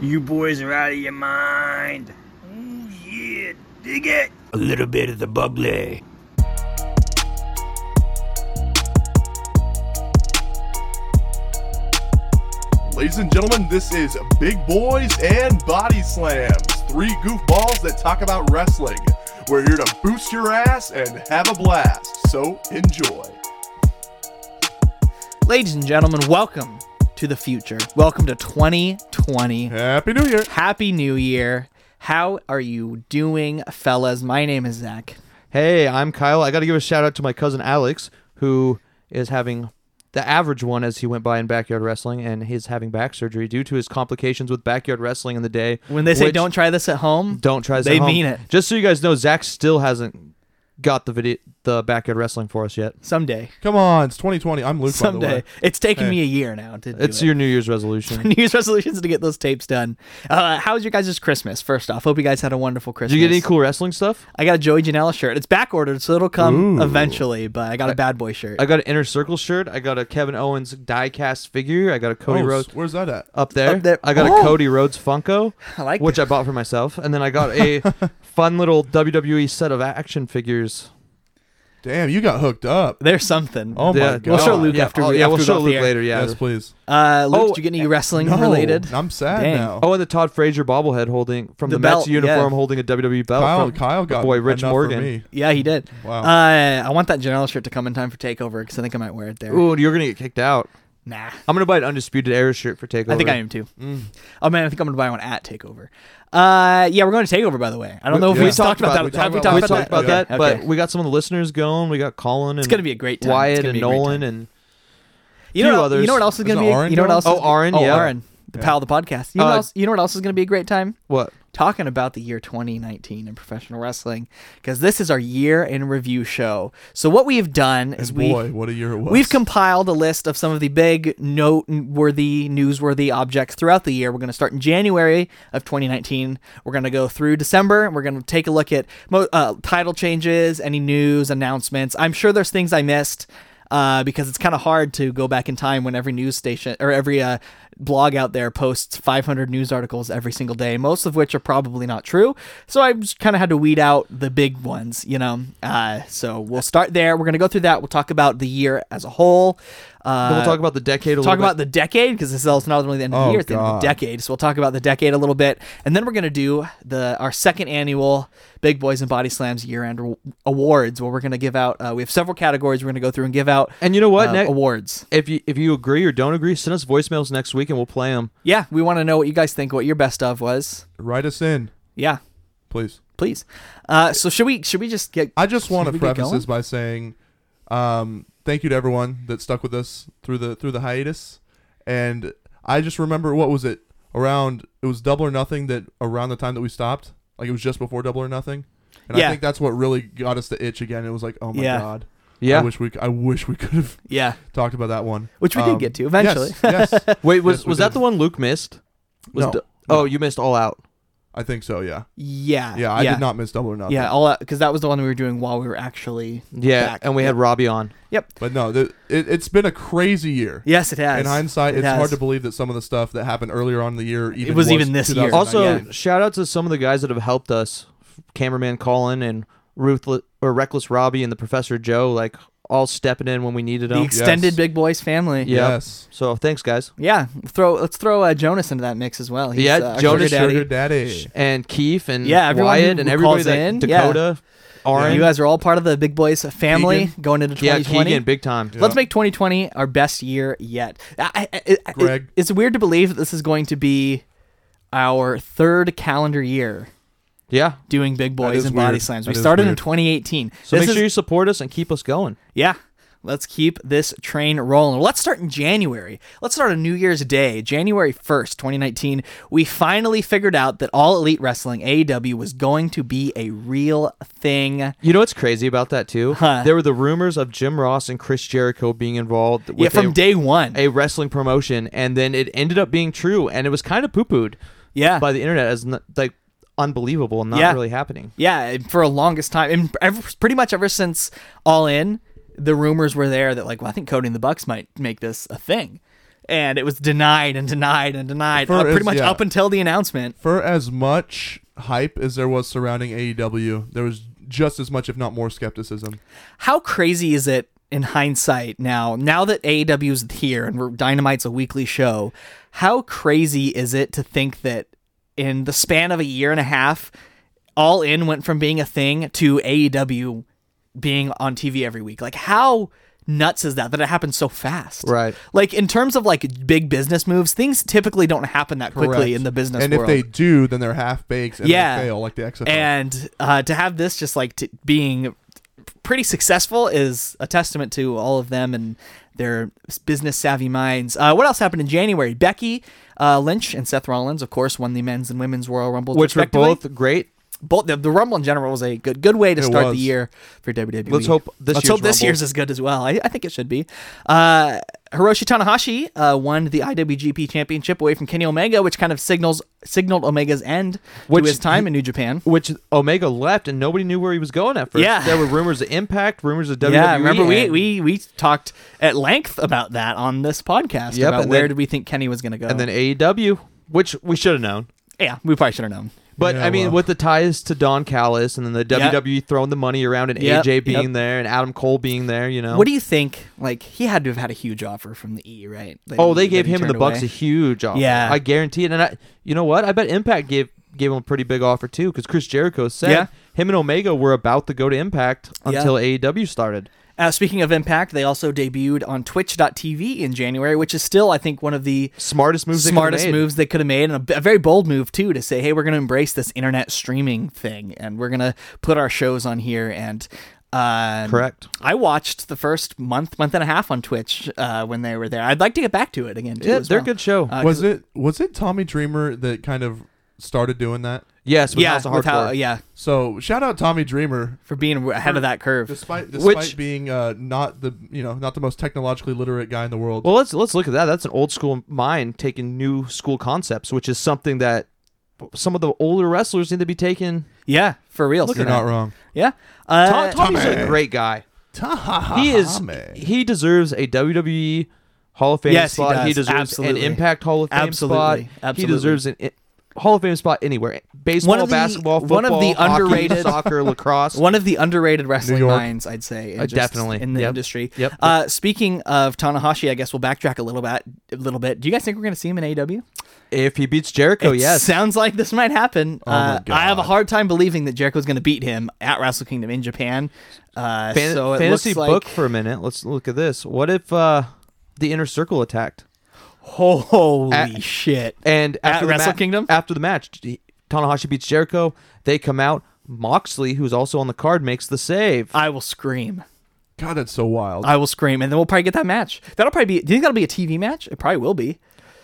You boys are out of your mind. Ooh, yeah, dig it. A little bit of the bubbly. Ladies and gentlemen, this is Big Boys and Body Slams, three goofballs that talk about wrestling. We're here to boost your ass and have a blast, so enjoy. Ladies and gentlemen, welcome to the future. Welcome to 2020. Happy New Year. Happy New Year. How are you doing, fellas? My name is Zach. Hey, I'm Kyle. I got to give a shout out to my cousin Alex, who is having the average one as he went by in backyard wrestling, and he's having back surgery due to his complications with backyard wrestling in the day. When they say which- don't try this at home, don't try, this at they home. mean it. Just so you guys know, Zach still hasn't got the video, the backyard wrestling for us yet. someday, Come on, it's 2020. I'm Luke. By the way. someday. It's taken Hey. me a year now to do It's it. your New Year's resolution. New Year's resolutions to get those tapes done. Uh, how was your guys' Christmas? First off, hope you guys had a wonderful Did Christmas. you get any cool wrestling stuff? I got a Joey Janela shirt. It's back ordered, so it'll come eventually. But I got a Bad Boy shirt. I got an Inner Circle shirt. I got a Kevin Owens die cast figure. I got a Cody Oh, Rhodes. where's that at? Up there. Up there. I got Oh. a Cody Rhodes Funko, I like which that. I bought for myself, and then I got a fun little WWE set of action figures. Damn, you got hooked up. There's something. Oh my Yeah. god. We'll show Luke yeah, after. oh, we, yeah, after we'll we go show off the Luke air. later. Yeah. Yes, please. Uh, Luke, Oh, did you get any wrestling related? I'm sad Dang. now. Oh, and the Todd Frazier bobblehead holding from The the, Mets belt, uniform, yeah. holding a WWE belt. Kyle, from Kyle our got boy Rich enough Morgan. For me. Yeah, he did. Wow. Uh, I want that Janela shirt to come in time for Takeover because I think I might wear it there. Ooh, you're gonna get kicked out. Nah. I'm gonna buy an undisputed era shirt for takeover. I think I am too. Mm. Oh man, I think I'm gonna buy one at Takeover. Uh, yeah, we're going to Takeover by the way. I don't know if yeah. we We talked about that. we Have we talked talked We about talked that? about that, Okay. but Okay. we got some of the listeners going. We got Colin. It's and gonna be a great time. It's Wyatt gonna and be a great Nolan time. and you know, few what- others. you know what else is There's gonna an be? Aaron you know what going? else? Oh, is- Aaron, Oh, yeah. Aaron, the pal of the podcast. You know, Uh, what else, you know what else is gonna be a great time? what? talking about the year 2019 in professional wrestling because this is our year in review show. So what we have done is And we boy, what a year it was. we've compiled a list of some of the big noteworthy, newsworthy objects throughout the year. We're going to start in January of 2019. We're going to go through December. And we're going to take a look at mo- uh, title changes, any news announcements. I'm sure there's things I missed. Uh, because it's kind of hard to go back in time when every news station or every uh, blog out there posts 500 news articles every single day, most of which are probably not true. So I just kind of had to weed out the big ones, you know. Uh, so we'll start there. We're gonna go through that. We'll talk about the year as a whole. Uh, Then we'll talk about the decade. A talk little about the decade because this is also not only the end of the Oh, year, it's the end of the God. decade. So we'll talk about the decade a little bit, and then we're gonna do the our second annual Big Boys and Body Slams year end aw- awards, where we're gonna give out. Uh, we have several categories we're gonna go through and give out. And you know what, uh, Nick? awards. If you if you agree or don't agree, send us voicemails next week and we'll play them. Yeah, we want to know what you guys think. What your best of was. Write us in, Yeah, please. please. Uh, so should we should we just get? I just want to Should we get preface going? this by saying, um, thank you to everyone that stuck with us through the through the hiatus, and I just remember what was it around? It was Double or Nothing that around the time that we stopped, like it was just before Double or Nothing, and Yeah. I think that's what really got us to itch again. It was like, oh my Yeah. god, I Yeah. wish we c- I wish we could have Yeah, talked about that one, Um, which we did get to eventually. Yes, yes. Wait, was Yes, we was that did. the one Luke missed? Was No. d- oh, you missed all out. I think so. Yeah, Yeah. yeah. I did not miss Double or Nothing. Yeah, all because that was the one we were doing while we were actually. Yeah, back. and we had Robbie on. Yep. but no, th- it, it's been a crazy year. Yes, it has. In hindsight, It it's has. hard to believe that some of the stuff that happened earlier on in the year even was even this year. Also, 2019. shout out to some of the guys that have helped us, cameraman Colin and ruthless or reckless Robbie and the Professor Joe, like all stepping in when we needed The them. extended Yes. Big Boys family. Yeah. yes, so thanks, guys. Yeah. Throw let's throw uh, Jonas into that mix as well. He's, Yeah, uh, our Jonas sugar daddy. Sugar Daddy. And Keith and Yeah, everyone Wyatt who- and who everybody calls that in, yeah. Dakota, Aaron, You yeah, guys are all part of the Big Boys family Keegan. going into 2020. Keegan, big time. Let's make 2020 our best year yet. I, I, I- I- Greg. it's weird to believe that this is going to be our third calendar year Yeah, doing Big Boys is and Body weird. Slams. That We is started in weird. 2018. so This make is- sure you support us and keep us going. Yeah. Let's keep this train rolling. Let's start in January. Let's start on New Year's Day, January 1st, 2019. We finally figured out that All Elite Wrestling, AEW, was going to be a real thing. You know what's crazy about that too? There were the rumors of Jim Ross and Chris Jericho being involved. With yeah, from a, day one. a wrestling promotion, and then it ended up being true, and it was kind of poo pooed. Yeah. by the internet as n like unbelievable and not Yeah. really happening. yeah, and for a longest time. And ever, pretty much ever since All In, the rumors were there that, like, well, I think Cody and the Bucks might make this a thing. and it was denied and denied and denied, For uh, pretty is- much yeah. up until the announcement. For as much hype as there was surrounding AEW, there was just as much, if not more, skepticism. How crazy is it in hindsight now? Now that AEW is here and we're, Dynamite's a weekly show, how crazy is it to think that in the span of a year and a half, All In went from being a thing to AEW being on TV every week? Like how nuts is that that it happened so fast? Right. Like in terms of like big business moves, things typically don't happen that quickly Correct. in the business and if world. they do, then they're half baked and Yeah. they fail like the XFL. and uh, to have this just like t- being pretty successful is a testament to all of them and their business savvy minds. Uh, what else happened in January? Becky uh, Lynch and Seth Rollins, of course, won the men's and women's Royal Rumble, which were respectively. both great. both the, the Rumble in general was a good good way to It start was. the year for WWE. Let's hope this Let's year's hope this Rumble- year's is good as well. I, I think it should be. Uh, Hiroshi Tanahashi uh, won the IWGP Championship away from Kenny Omega, which kind of signals signaled Omega's end Which- to his time in New Japan. Which Omega left and nobody knew where he was going at first. Yeah. There were rumors of Impact, rumors of WWE. yeah, remember we, E, and- we we talked at length about that on this podcast Yep, about and where then- did we think Kenny was going to go. and then AEW, which we should have known. yeah, we probably should have known. But Yeah, I mean, well. with the ties to Don Callis and then the Yep. WWE throwing the money around and Yep, AJ being yep. there and Adam Cole being there, you know. What do you think? Like he had to have had a huge offer from the E, right? That oh, he- they that gave he him and the turned Bucks away? a huge offer. Yeah. I guarantee it. And I, you know what? I bet Impact gave gave him a pretty big offer too because Chris Jericho said Yeah. him and Omega were about to go to Impact Yeah. until AEW started. Uh, speaking of Impact, they also debuted on Twitch.tv in January, which is still, I think, one of the Smartest moves. they could've smartest made. moves they could have made, and a b- a, very bold move too to say, "Hey, we're going to embrace this internet streaming thing, and we're going to put our shows on here." And um, Correct. I watched the first month, month and a half on Twitch uh, when they were there. I'd like to get back to it again. Too, Yeah, as they're a well. good show. Uh, was it was it Tommy Dreamer that kind of started doing that? yes, with yeah, House of with how, Hardcore. yeah, So shout out Tommy Dreamer, for being ahead of that curve. despite Which- despite being uh, not the you know not the most technologically literate guy in the world. Well, let's let's look at that. That's an old school mind taking new school concepts, which is something that some of the older wrestlers need to be taking. Yeah, for real. You're not wrong. Yeah, uh, Tom, Tommy's a great guy. He is. He deserves a WWE Hall of Fame Yes, he spot. does. deserves Absolutely. an Impact Hall of Fame Absolutely. spot. Absolutely. He deserves an. i- Hall of Fame spot anywhere. Baseball, One of the- basketball, football, one of the hockey, underrated- soccer, lacrosse. One of the underrated wrestling York. minds, I'd say, in Uh, just- definitely. in the Yep. industry. Yep. Uh, speaking of Tanahashi, I guess we'll backtrack a little bit. A little bit. Do you guys think we're going to see him in AEW? If he beats Jericho, It Oh, yes. Oh Sounds like this might happen. my Uh, I have a God. hard time believing that Jericho's going to beat him at Wrestle Kingdom in Japan. Uh, Fan- so it fantasy looks like, book for a minute. Let's look at this. What if uh, the inner circle attacked? Holy At- shit! And At after the Wrestle ma- Kingdom? after the match, he- Tanahashi beats Jericho. They come out. Moxley, who's also on the card, makes the save. I will scream. God, that's so wild. I will scream, and then we'll probably get that match. That'll probably be. Do you think that'll be a TV match? It probably will be,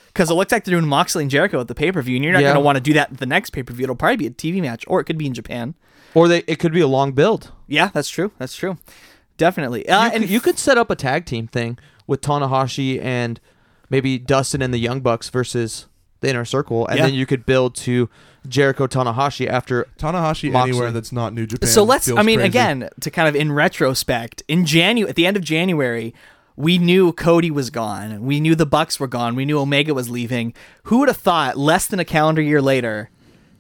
because it looks like they're doing Moxley and Jericho at the pay per view, and you're not Yeah. going to want to do that at the next pay per view. It'll probably be a TV match, or it could be in Japan. Or they, it could be a long build. Yeah, that's true. That's true. Definitely. Uh, you, and could, you could set up a tag team thing with Tanahashi and maybe Dustin and the Young Bucks versus the Inner Circle, and Yeah. then you could build to Jericho Tanahashi after. Tanahashi Moxley. anywhere that's not New Japan. so let's feels i mean crazy. again to kind of in retrospect in january at the end of january we knew cody was gone we knew the bucks were gone we knew omega was leaving who would have thought less than a calendar year later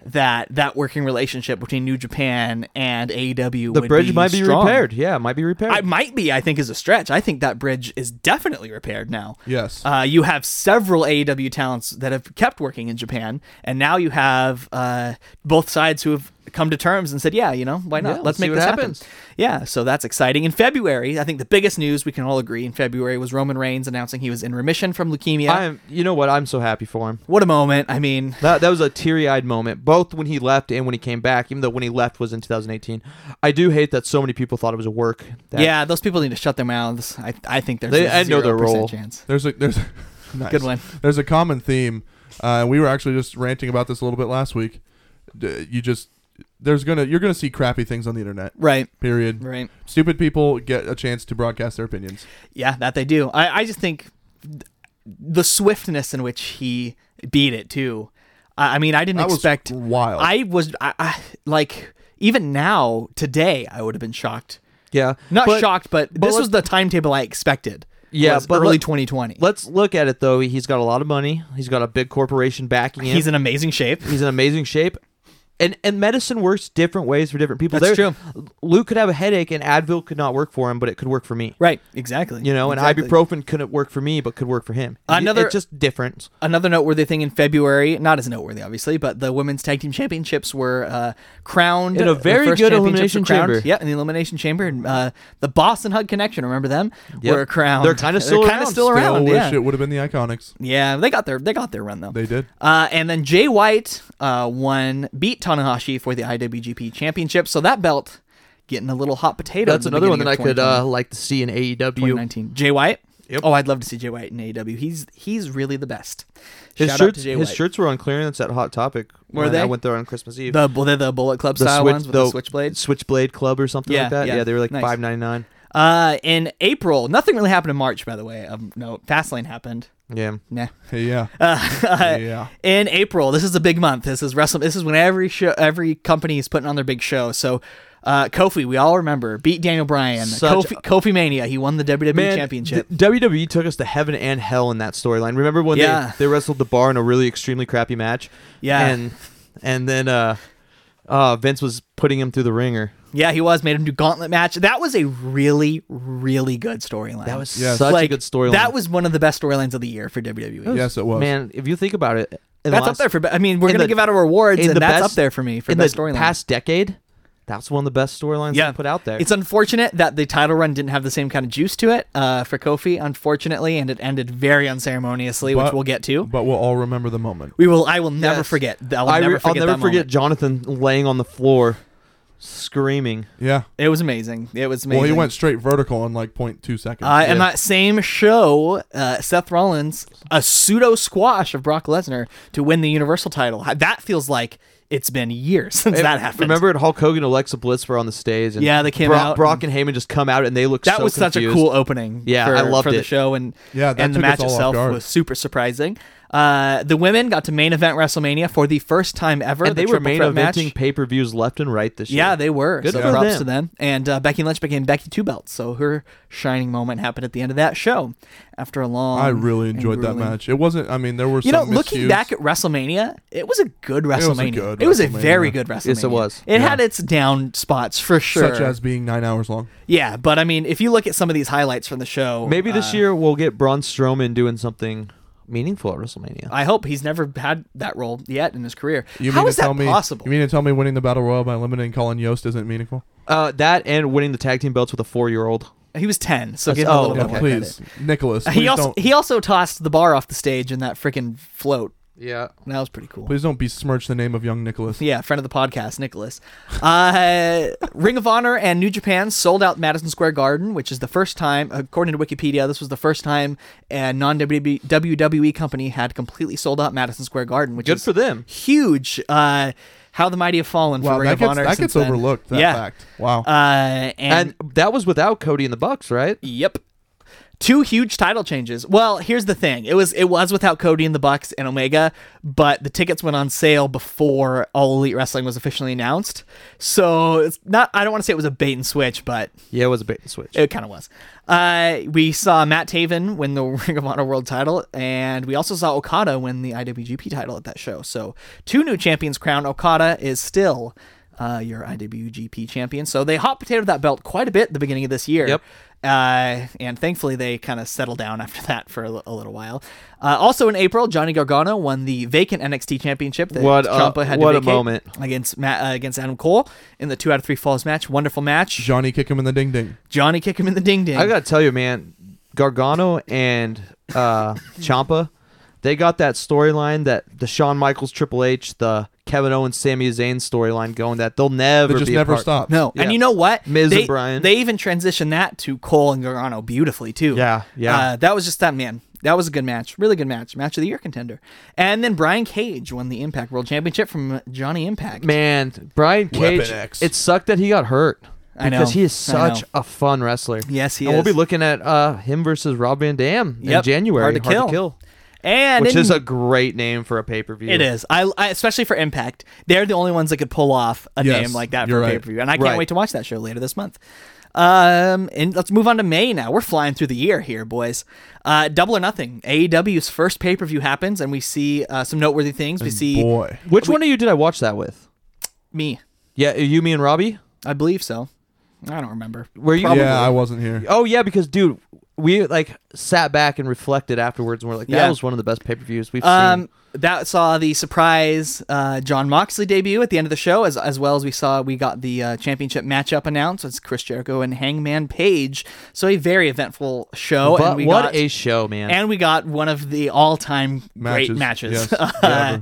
that that working relationship between new japan and aew The would bridge be might be strong. repaired. Yeah, it might be repaired. I might be, I think, is a stretch. I think that bridge is definitely repaired now. Yes. Uh, you have several AEW talents that have kept working in Japan, and now you have uh, both sides who have come to terms and said, "Yeah, you know, why not? Yeah, let's let's see make what this happens." happen." Yeah, so that's exciting. In February, I think the biggest news we can all agree in February was Roman Reigns announcing he was in remission from leukemia. I'm. You know what? I'm so happy for him. what a moment! I mean, That, that was a teary-eyed moment, both when he left and when he came back. Even though when he left was in 2018, I do hate that so many people thought it was a work. That yeah, those people need to shut their mouths. I, I think there's They- a I know their 0% role. chance. there's a there's a- nice. Good one. There's a common theme. Uh, we were actually just ranting about this a little bit last week. D- you just there's gonna you're gonna see crappy things on the internet. Right. Period. Right. Stupid people get a chance to broadcast their opinions. Yeah, that they do. I, I just think th- the swiftness in which he beat it too. I, I mean, I didn't That was expect. wild. I was I, I like even now today I would have been shocked. yeah. Not But- shocked, but, but this was let's- the timetable I expected. Yeah, was but early let- 2020. Let's look at it though. He's got a lot of money. He's got a big corporation backing him. He's in amazing shape. He's in amazing shape. And and medicine works different ways for different people. That's There- Luke could have a headache and Advil could not work for him, but it could work for me. Right, exactly. You know, Exactly. and ibuprofen couldn't work for me, but could work for him. Another- it's just different. Another noteworthy thing in February, not as noteworthy obviously, but the women's tag team championships were uh, crowned In a the very first good championships were elimination crowned. chamber. Yeah, in the elimination chamber, and uh, the Boston Hug Connection, remember them? Yep. Were crowned. They're kinda still kinda around. still Still I around. wish yeah. it would have been the Iconics. Yeah, they got their they got their run though. They did. Uh, and then Jay White uh, won, beat Tanahashi for the IWGP Championship. So that belt getting a little hot potato. That's at the another one that beginning I of 2020. could uh, like to see in AEW. 2019. Jay White. Yep. Oh, I'd love to see Jay White in AEW. He's he's really the best. His Shout out shirts, to Jay his White. shirts were on clearance at Hot Topic. Were when I they? went there on Christmas Eve. the well, they're the Bullet Club style switch- ones with the, switchblades. Switchblade Club or something Yeah, like that. yeah. Yeah, they were like Nice. five ninety nine. Uh, in April, nothing really happened in March, by the way. Um, no, Fastlane happened. Yeah. Nah. Hey, yeah. Uh, yeah. in April. This is a big month. This is wrestling. This is when every show, every company is putting on their big show. So, uh, Kofi, we all remember, beat Daniel Bryan. Such- Kofi, Kofi Mania. He won the WWE Man, Championship. th- WWE took us to heaven and hell in that storyline. Remember when Yeah. they, they wrestled the bar in a really extremely crappy match? Yeah. And and then uh, uh, Vince was putting him through the ringer. yeah, he was made him do gauntlet match. That was a really, really good storyline. That was Yes. such like a good storyline. That was one of the best storylines of the year for WWE. Yes, it was. man. If you think about it, in That's the up there last- for. be- I mean, we're in gonna the- give out our awards, in and the that's best- up there for me for in best the storyline. past decade. That's one of the best storylines they put out there. It's unfortunate that the title run didn't have the same kind of juice to it uh, for Kofi, unfortunately, and it ended very unceremoniously, which But- we'll get to. But we'll all remember the moment. We will. I will never Yes. forget. I will I never re- I'll forget. never that forget moment. Jonathan laying on the floor, screaming. Yeah. It was amazing. It was amazing. Well, he went straight vertical in like 0.2 seconds. Uh, And Yeah. that same show, uh, Seth Rollins, a pseudo squash of Brock Lesnar to win the Universal title. Ha- That feels like it's been years since that happened. Remember when Hulk Hogan and Alexa Bliss were on the stage? And Yeah, they came Brock, out Brock and Heyman just come out and they look that so was such a confused. cool opening. Yeah, for, I loved for the it. show and Yeah, that and the took us match all off itself guard. was super surprising. Uh, the women got to main event WrestleMania for the first time ever. And the they were triple main threat match. eventing pay per views left and right this year. Yeah, they were. Good so for props them. to them. And uh, Becky Lynch became Becky Two Belts, so her shining moment happened at the end of that show. After a long, I really Um, and enjoyed that grueling- match. It wasn't, I mean, there were You know, some looking miscues. back at WrestleMania, it was a good was a WrestleMania. good It was a WrestleMania. very good WrestleMania. Yes, it was. It Yeah. had its down spots for sure. such as being nine hours long. yeah, but I mean, if you look at some of these highlights from the show, Maybe uh, this year we'll get Braun Strowman doing something meaningful at WrestleMania. I hope he's never had that role yet in his career. You How mean is to that tell me, possible? You mean to tell me winning the battle royal by eliminating Colin Yost isn't meaningful? Uh, that and winning the tag team belts with a four year old. he was ten, so That's- give him a oh, little Yeah, bit more okay. please, Nicholas. credit. He please also don't, he also tossed the bar off the stage in that freaking float. Yeah. That was pretty cool. please don't besmirch the name of young Nicholas. Yeah, friend of the podcast, Nicholas. Uh, Ring of Honor and New Japan sold out Madison Square Garden, which is the first time, according to Wikipedia, this was the first time a E, non WWE company had completely sold out Madison Square Garden, which Good is for them. huge. Uh, how the mighty have fallen Wow, for Ring that of gets, Honor. that since gets then. overlooked. That yeah. fact. Wow. Uh, and And that was without Cody and the Bucks, right? Yep. Two huge title changes. Well, here's the thing. It was it was without Cody and the Bucks and Omega, but the tickets went on sale before All Elite Wrestling was officially announced. So it's not I don't want to say it was a bait and switch, but Yeah, it was a bait and switch. it kind of was. Uh, we saw Matt Taven win the Ring of Honor World title, and we also saw Okada win the IWGP title at that show. So two new champions crowned. Okada is still uh, your IWGP champion. So they hot potatoed that belt quite a bit at the beginning of this year. Yep. Uh, and thankfully, they kind of settled down after that for a, li- a little while. Uh, also in April, Johnny Gargano won the vacant NXT championship that What a- Ciampa had to what a vacate moment. against Matt, uh, against Adam Cole in the two out of three falls match. Wonderful match. Johnny kick him in the ding ding. Johnny kick him in the ding ding. I gotta tell you, man, Gargano and uh, Champa, they got that storyline that the Shawn Michaels, Triple H, the Kevin Owens, Sami Zayn storyline going. That they'll never That just be never apart. stopped. No, Yeah. and you know what? Miz they, and Bryan. They even transitioned that to Cole and Gargano beautifully too. Yeah, yeah. Uh, that was just that man. That was a good match, really good match, match of the year contender. And then Brian Cage won the Impact World Championship from Johnny Impact. Man, Brian Weapon Cage. X. It sucked that he got hurt. I know, Because he is I know. such a fun wrestler. Yes, he and is. We'll be looking at uh, him versus Rob Van Dam Yep. in January. Hard to Kill. and which in- is a great name for a pay per view. it is. I, I especially for Impact, they're the only ones that could pull off a Yes, name like that you're for right. pay per view, and I can't Right. wait to watch that show later this month. Um, and let's move on to May now. We're flying through the year here, boys. Uh, Double or Nothing. AEW's first pay per view happens, and we see uh, some noteworthy things. We see Boy. Which one of you did I watch that with? me. Yeah, you, me, and Robbie. I believe so. I don't remember. Were you? Yeah, I wasn't here. Oh yeah, because dude, we like sat back and reflected afterwards, and we're like, that Yeah. was one of the best pay per views we've Um, seen. that saw the surprise uh, John Moxley debut at the end of the show, as as well as we saw we got the uh, championship matchup announced. It's Chris Jericho and Hangman Page. So a very eventful show. But and we what got, a show, man! and we got one of the all-time Matches, great matches. yes. uh,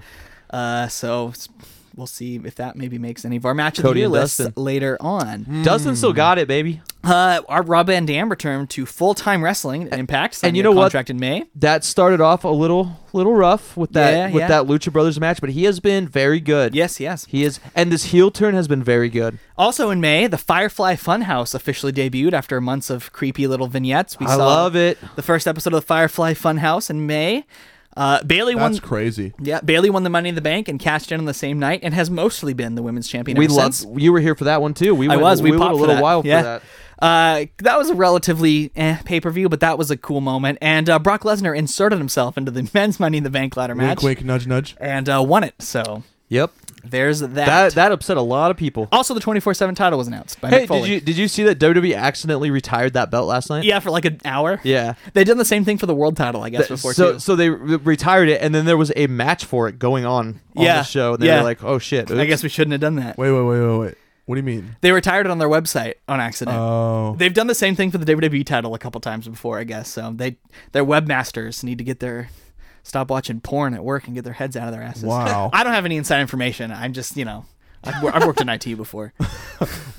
uh, so s- we'll see if that maybe makes any of our match of the Cody year and lists Dustin. Hmm. later on. Dustin still got it, baby. Uh, our Rob Van Dam returned to full-time wrestling at Impact. And you signed a know what? contract in May. That started off a little little rough with that Yeah, with yeah. that Lucha Brothers match, but he has been very good. Yes, yes. he is, and this heel turn has been very good. Also in May, the Firefly Funhouse officially debuted after months of creepy little vignettes. We I saw love it. The first episode of the Firefly Funhouse in May. Uh, Bailey won. That's crazy. yeah, Bailey won the Money in the Bank and cashed in on the same night, and has mostly been the women's champion. We ever love since. you were here for that one too. We I went, was. We, went popped a for little that. while yeah. for that. Uh, that was a relatively eh, pay per view, but that was a cool moment. And uh, Brock Lesnar inserted himself into the men's Money in the Bank ladder match Wink, wink, nudge, nudge. and uh, won it. So Yep, there's that. that that upset a lot of people. also, the 24 7 title was announced by Hey, Mick Foley. did you did you see that WWE accidentally retired that belt last night? Yeah, for like an hour. Yeah. They did the same thing for the world title, I guess, before so too. so they re- retired it, and then there was a match for it going on on Yeah, the show, and they yeah. were like, "Oh shit!" I oops. guess we shouldn't have done that. Wait, wait, wait, wait, wait. What do you mean? They retired it on their website on accident. Oh. They've done the same thing for the WWE title a couple times before, I guess. So they their webmasters need to get their stop watching porn at work and get their heads out of their asses. Wow. I don't have any inside information. I'm just, you know, I've, wor- I've worked in IT before. I'm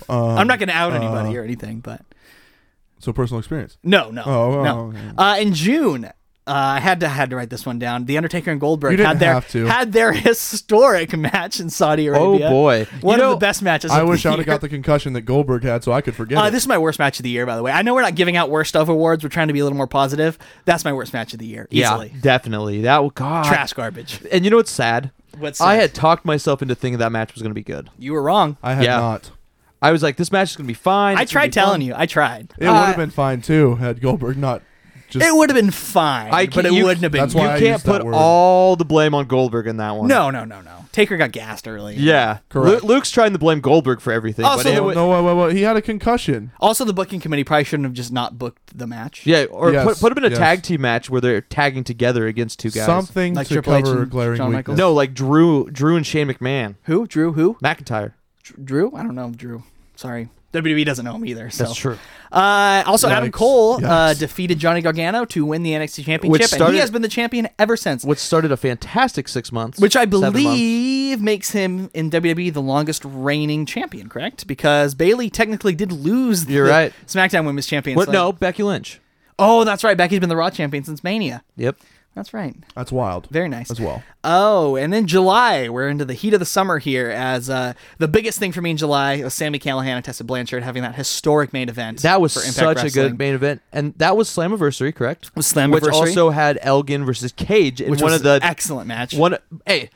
Um, not going to out anybody uh. or anything, but So personal experience. no, no, Oh, no. oh, okay. Uh, in June, uh, I had to had to write this one down. The Undertaker and Goldberg You didn't had their have to. had their historic match in Saudi Oh, Arabia. boy. one You of know, the best matches. I of wish the I would have year. got the concussion that Goldberg had so I could forget. Uh, it. this is my worst match of the year, by the way. I know we're not giving out worst of awards. We're trying to be a little more positive. That's my worst match of the year, yeah, easily. definitely that. w- God, Trash garbage. And you know what's sad? What's I sad? had talked myself into thinking that match was going to be good. You were wrong. I, I had yeah. not. I was like, "This match is going to be fine." it's gonna tried be fun. telling you. I tried. It would have been fine too had Goldberg not just Uh, It would have been fine, I but can't- it you- wouldn't have been. That's why good. I You can't used that put word. all the blame on Goldberg in that one. no, no, no, no. Taker got gassed early. Yeah, Correct. Lu- Luke's trying to blame Goldberg for everything. Also- but it No, wa- no, wait, wait, wait. He had a concussion. Also, the booking committee probably shouldn't have just not booked the match. yeah, or Yes, put, put him in a yes. tag team match where they're tagging together against two guys. Something Like to Triple H cover and glaring Shawn weakness. Michaels? No, like Drew, Drew and Shane McMahon, Who? Drew? Who? McIntyre. Dr- Drew? I don't know Drew. Sorry. WWE doesn't know him either. So. That's true. Uh, also, Adam Yikes. Cole uh, Yikes. defeated Johnny Gargano to win the NXT Championship, and started- he has been the champion ever since. What started a fantastic six months, Which I seven months. believe makes him in WWE the longest reigning champion, correct? Because Bailey technically did lose You're the right. SmackDown Women's Championship. What? No, Becky Lynch. Oh, that's right. Becky's been the Raw champion since Mania. Yep. That's right. That's wild. Very nice. As well. Oh, and then July. We're into the heat of the summer here as uh, the biggest thing for me in July was Sammy Callahan and Tessa Blanchard having that historic main event. That was for Impact such a Wrestling. good main event, and that was Slammiversary, correct? Was Slammiversary. which also had Elgin versus Cage in which one was of the an excellent match. one. Hey,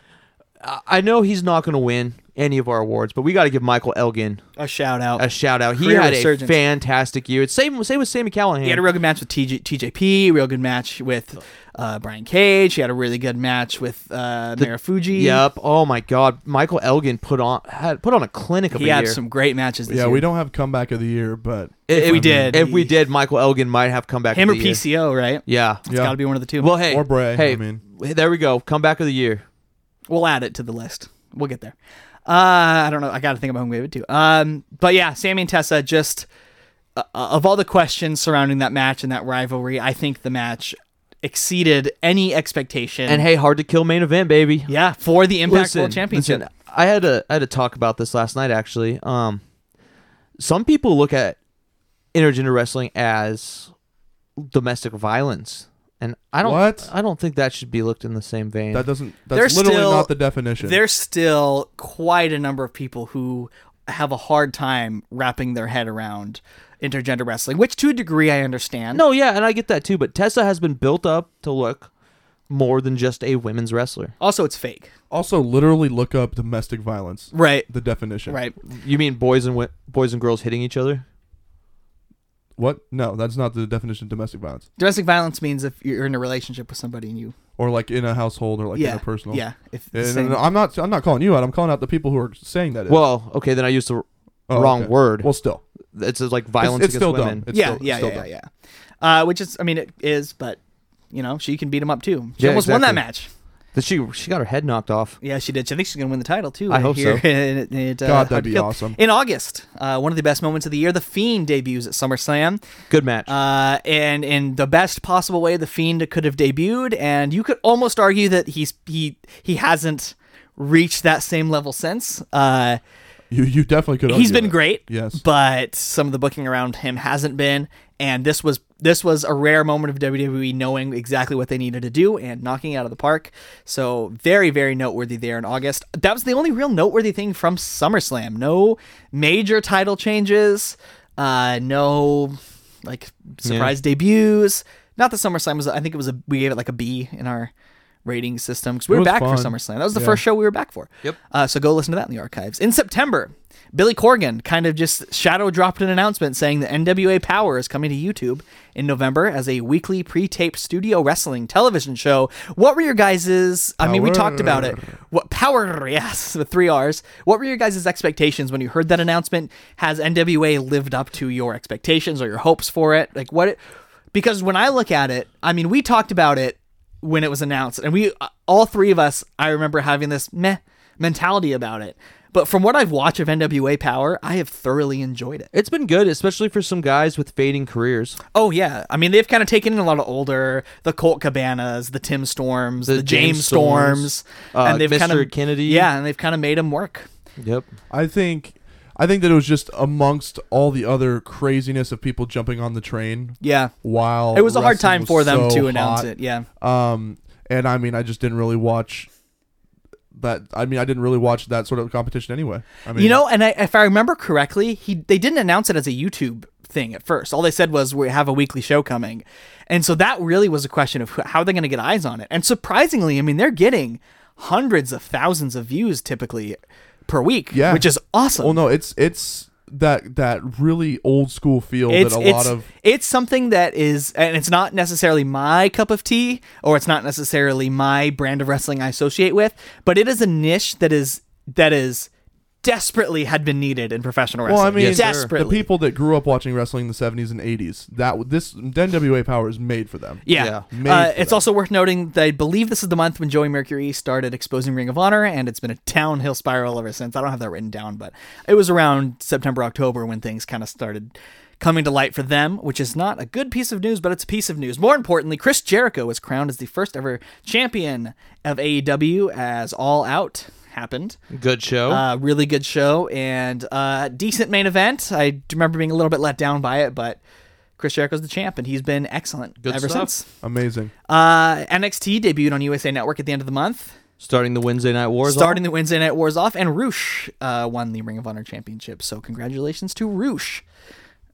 I I know he's not going to win any of our awards, but we got to give Michael Elgin a shout out. a shout out. He Career had a resurgence. fantastic year. It's same same with Sammy Callahan. He had a real good match with TJ, TJP, real good match with uh, Brian Cage. He had a really good match with uh, Marufuji. Yep. Oh my God, Michael Elgin put on had put on a clinic of He a had year. some great matches this Yeah, year. we don't have comeback of the year, but if, we did, if we he- did, Michael Elgin might have come back. Him of or the year. PCO, right? Yeah. It's Yeah. got to be one of the two. Well, hey, Or Bray, Hey, I mean. there we go. Comeback of the year. we'll add it to the list. We'll get there. Uh, I don't know. I got to think about who we give it to. Um, but yeah, Sammy and Tessa just uh, of all the questions surrounding that match and that rivalry, I think the match exceeded any expectation. And hey, hard to kill main event, baby. yeah, for the Impact Listen, World Championship. listen, I had a I had a talk about this last night actually. Um, some people look at intergender wrestling as domestic violence, and I don't. What? I don't think that should be looked in the same vein. that doesn't that's There's literally still- not the definition. There's still quite a number of people who have a hard time wrapping their head around intergender wrestling, which to a degree I understand. no, yeah, and I get that too. But Tessa has been built up to look more than just a women's wrestler. Also, it's fake. also literally look up domestic violence. Right. The definition. Right. You mean boys and wi- boys and girls hitting each other? What? No, that's not the definition of domestic violence. Domestic violence means if you're in a relationship with somebody and you Or like in a household or like yeah in a personal. yeah if the Yeah, no, same- no, I'm not. I'm not calling you out. I'm calling out the people who are saying that. is. Well, okay, then I used the r- Oh, wrong okay. word. Well, still, it's uh, like It's- violence it's, still against dumb. women. It's yeah still, it's yeah still yeah, dumb. yeah uh, which is I mean it is but you know she can beat him up too she Yeah, almost won that exactly. match That she she got her head knocked off. yeah she did I think she's gonna win the title too I hope here so. in- in- in, uh, God, that'd Hard to be Kill. awesome. in August uh, one of the best moments of the year the Fiend debuts at SummerSlam Good match. uh, and in the best possible way, the Fiend could have debuted, and you could almost argue that he's he he hasn't reached that same level since. Uh, You you definitely could. he's argue been that. great, Yes. but some of the booking around him hasn't been, and this was this was a rare moment of WWE knowing exactly what they needed to do and knocking it out of the park. So very very noteworthy there in August. That was the only real noteworthy thing from SummerSlam. No major title changes. Uh, no like surprise debuts. Not that SummerSlam was. I think it was a. We gave it like a B in our rating system because we It were was back fun. for SummerSlam. That was the first show we were back for. Yep. Uh, so go listen to that in the archives. In September, Billy Corgan kind of just shadow dropped an announcement saying that NWA Power is coming to YouTube in November as a weekly pre-taped studio wrestling television show. What were your guys's? I mean, we talked about it. What power? Yes, the three R's. What were your guys' expectations when you heard that announcement? Has NWA lived up to your expectations or your hopes for it? Like what? It, because when I look at it, I mean, we talked about it when it was announced, and we all three of us, I remember having this meh mentality about it. But from what I've watched of NWA Power, I have thoroughly enjoyed it. it's been good, especially for some guys with fading careers. Oh yeah, I mean they've kind of taken in a lot of older, the Colt Cabanas, the Tim Storms, the, James, James Storms, Storms, uh, they've Mr. kinda- Kennedy. Yeah, and they've kind of made them work. Yep. I think. I think that it was just amongst all the other craziness of people jumping on the train. Yeah, Wow. it was a hard time for them to announce announce it. it. Yeah, Um, and I mean, I just didn't really watch that. I mean, I didn't really watch that sort of competition anyway. I mean, you know, and I, if I remember correctly, he they didn't announce it as a YouTube thing at first. All they said was we have a weekly show coming, and so that really was a question of wh- how are they going to get eyes on it. And surprisingly, I mean they're getting hundreds of thousands of views typically per week, Yeah. which is awesome. well, no, it's it's that that really old school feel that a lot of it's something that is and it's not necessarily my cup of tea or it's not necessarily my brand of wrestling I associate with, but it is a niche that is that is desperately had been needed in professional wrestling. Well, I mean, Yes, sir. the desperately. people that grew up watching wrestling in the '70s and '80s, that w- this NWA Power is made for them. Yeah. Yeah. Made Uh, for it's that. also worth noting that I believe this is the month when Joey Mercury started exposing Ring of Honor, and it's been a downhill spiral ever since. I don't have that written down, but it was around September, October when things kind of started coming to light for them, which is not a good piece of news, but it's a piece of news. More importantly, Chris Jericho was crowned as the first ever champion of AEW as All Out happened. Good show. Uh, really good show and uh, decent main event. I do remember being a little bit let down by it, but Chris Jericho's the champ, and he's been excellent Good ever stuff. since. amazing. Uh, NXT debuted on USA Network at the end of the month, starting the Wednesday night wars. starting the Wednesday Night Wars off, and Roosh uh, won the Ring of Honor Championship. So congratulations to Roosh.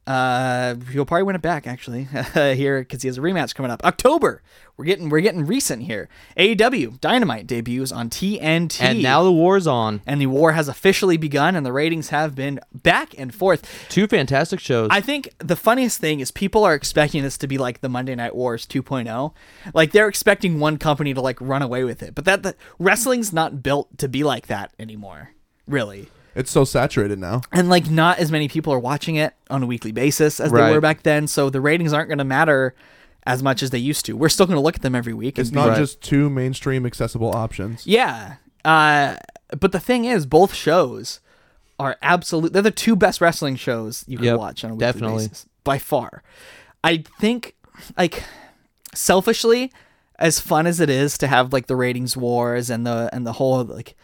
Uh, he'll probably win it back actually here because he has a rematch coming up October. We're getting we're getting recent here. AEW Dynamite debuts on TNT, and now the war's on. and the war has officially begun, and the ratings have been back and forth. Two fantastic shows. I think the funniest thing is people are expecting this to be like the Monday Night Wars 2.0. Like they're expecting one company to like run away with it, but that, that wrestling's not built to be like that anymore, really. It's so saturated now. And like not as many people are watching it on a weekly basis as they Right. were back then, so the ratings aren't going to matter as much as they used to. We're still going to look at them every week. and It's not Right. just two mainstream accessible options. yeah. Uh, but the thing is, both shows are absolute. They're the two best wrestling shows you can Yep, watch on a weekly definitely. basis by far. I think, like, selfishly, as fun as it is to have like the ratings wars and the and the whole like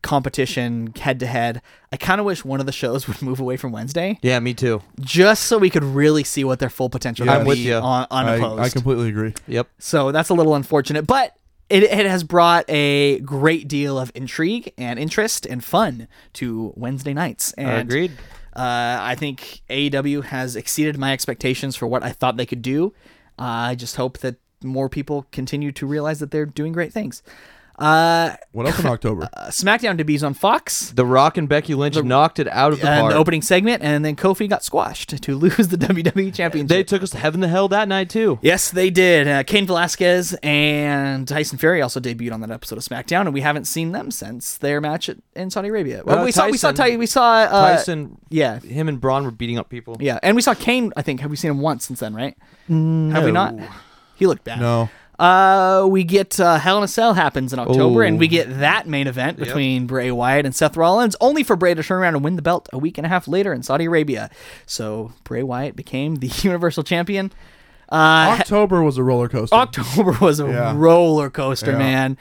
competition head to head, I kind of wish one of the shows would move away from Wednesday yeah, me too. just so we could really see what their full potential Yes. could I'm be with ya. on, I, unopposed. I completely agree. Yep. So that's a little unfortunate, but it, it has brought a great deal of intrigue and interest and fun to Wednesday nights. And, Agreed. Uh, I think AEW has exceeded my expectations for what I thought they could do. Uh, I just hope that more people continue to realize that they're doing great things. Uh, What else in October? SmackDown debuts on Fox. The Rock and Becky Lynch knocked it out of the And park. the opening segment, and then Kofi got squashed to lose the WWE Championship. they took us to heaven to hell that night too. Yes, they did. Uh, Kane Velasquez and Tyson Fury also debuted on that episode of SmackDown, and we haven't seen them since their match at, in Saudi Arabia. Well, Uh, we saw we saw Tyson- Ty, we saw uh, Tyson, Yeah, him and Braun were beating up people. yeah, and we saw Kane. I think have we seen him once since then? Right? Have we not? He looked bad. no. Uh, we get uh, Hell in a Cell happens in October, Oh. and we get that main event between Bray Wyatt and Seth Rollins, only for Bray to turn around and win the belt a week and a half later in Saudi Arabia. So Bray Wyatt became the Universal Champion. Uh, October was a roller coaster. October was a Yeah. roller coaster, Yeah. man.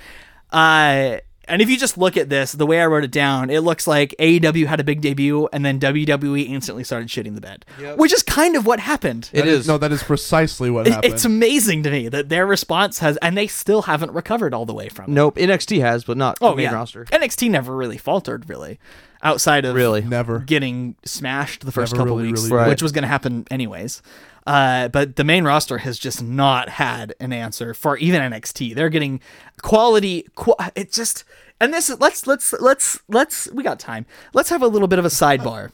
Uh, and if you just look at this, the way I wrote it down, it looks like AEW had a big debut and then WWE instantly started shitting the bed, which is kind of what happened. It That is. No, that is precisely what It- happened. it's amazing to me that their response has, and they still haven't recovered all the way from it. Nope. NXT has, but not the oh main yeah, roster. NXT never really faltered, really, outside of Really. Never. getting smashed the first Never couple really, weeks, really did. which was going to happen anyways. Uh, but the main roster has just not had an answer for even NXT. They're getting quality. Qu- it just and this is- let's let's let's let's we got time. Let's have a little bit of a sidebar.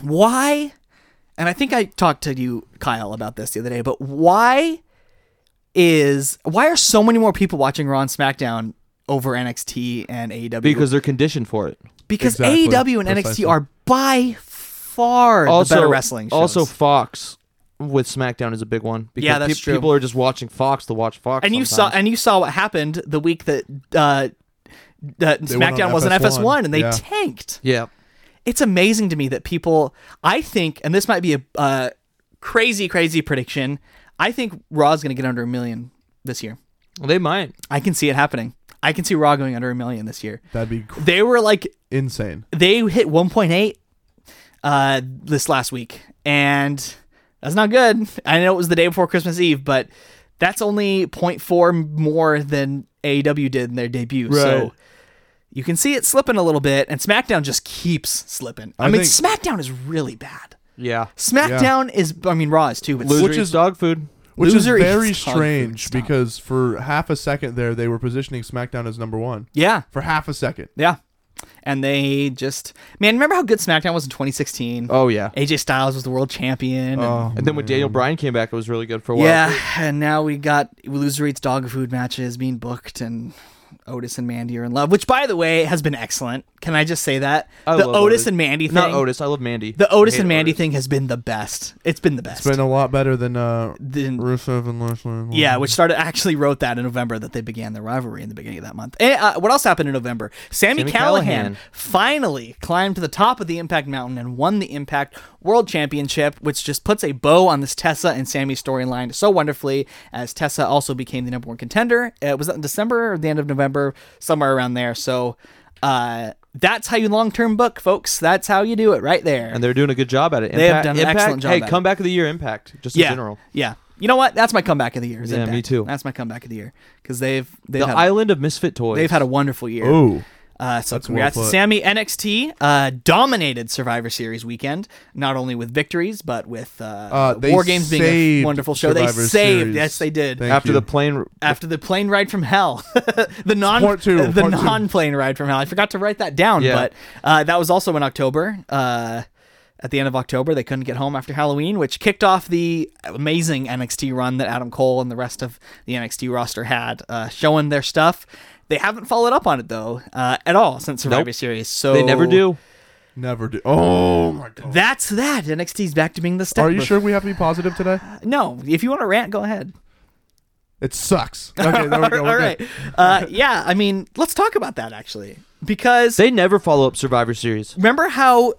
why? And I think I talked to you, Kyle, about this the other day. But why is why are so many more people watching Raw and SmackDown over NXT and AEW? because they're conditioned for it. because Exactly. AEW and Precisely. NXT are by far Also, the better wrestling shows. also Fox with SmackDown is a big one. Because Yeah, that's peop- true. People are just watching Fox to watch Fox. and you saw sometimes. and you saw what happened the week that uh, that went SmackDown on was an FS1, FS1 and they yeah. tanked. yeah. It's amazing to me that people. I think, and this might be a uh, crazy, crazy prediction. I think Raw's going to get under a million this year. They might. I can see it happening. I can see Raw going under a million this year. That'd be cr- They were like insane. they hit 1.8 uh, this last week, and that's not good. I know it was the day before Christmas Eve, but that's only 0.4 more than AEW did in their debut. So Right. you can see it slipping a little bit, and SmackDown just keeps slipping. I, I mean, think- SmackDown is really bad. Yeah. SmackDown is, I mean, Raw is too, but Loser Which- eats dog food. Which Loser is very eats dog food, strange stop. because for half a second there, they were positioning SmackDown as number one. yeah, For half a second. yeah. And they just, man, remember how good SmackDown was in 2016? Oh yeah. AJ Styles was the world champion. and- And then when Mm. Daniel Bryan came back, it was really good for a while. Yeah, and now we got loser eats dog food matches being booked, and Otis and Mandy are in love, which, by the way, has been excellent. Can I just say that I the love Otis, and Mandy thing? Not Otis. I love Mandy. The Otis I and hate Mandy Otis. thing has been the best. It's been the best. It's been a lot better than uh, Then- Rusev and Lashley. Mm-hmm. yeah, which started I actually wrote that in November that they began their rivalry in the beginning of that month. And, uh, what else happened in November? Sammy, Sammy Callahan, Callahan. finally climbed to the top of the Impact Mountain and won the Impact World Championship, which just puts a bow on this Tessa and Sammy storyline so wonderfully. As Tessa also became the number one contender, uh, was that in December or the end of November, somewhere around there. So. Uh, that's how you long term book, folks. That's how you do it right there. And they're doing a good job at it. Impact, They have done an Impact, excellent job Hey, at it. comeback of the year, Impact. Just yeah, in general. Yeah. You know what? That's my comeback of the year. is Yeah, me Impact. too. That's my comeback of the year because they've they've The had island of misfit toys. They've had a wonderful year. Oh. Uh, so well congrats to put. Sammy. NXT uh, dominated Survivor Series weekend, not only with victories but with uh, they War Games being a saved wonderful show. they Survivor saved, Series. yes, they did. Thank after you. the plane. After the plane ride from hell, the non Part two, the part two. non plane ride from hell. I forgot to write that down, Yeah. but uh, that was also in October. Uh, at the end of October, they couldn't get home after Halloween, which kicked off the amazing NXT run that Adam Cole and the rest of the NXT roster had, uh, showing their stuff. They haven't followed up on it though uh, at all since Survivor Nope. Series. So They never do. Never do. Oh, my God. That's that. NXT's back to being the step. Are you sure we have to be positive today? No. If you want to rant, go ahead. It sucks. Oh, Okay, there we go. All right. Uh, yeah. I mean, let's talk about that actually, because They never follow up Survivor Series. remember how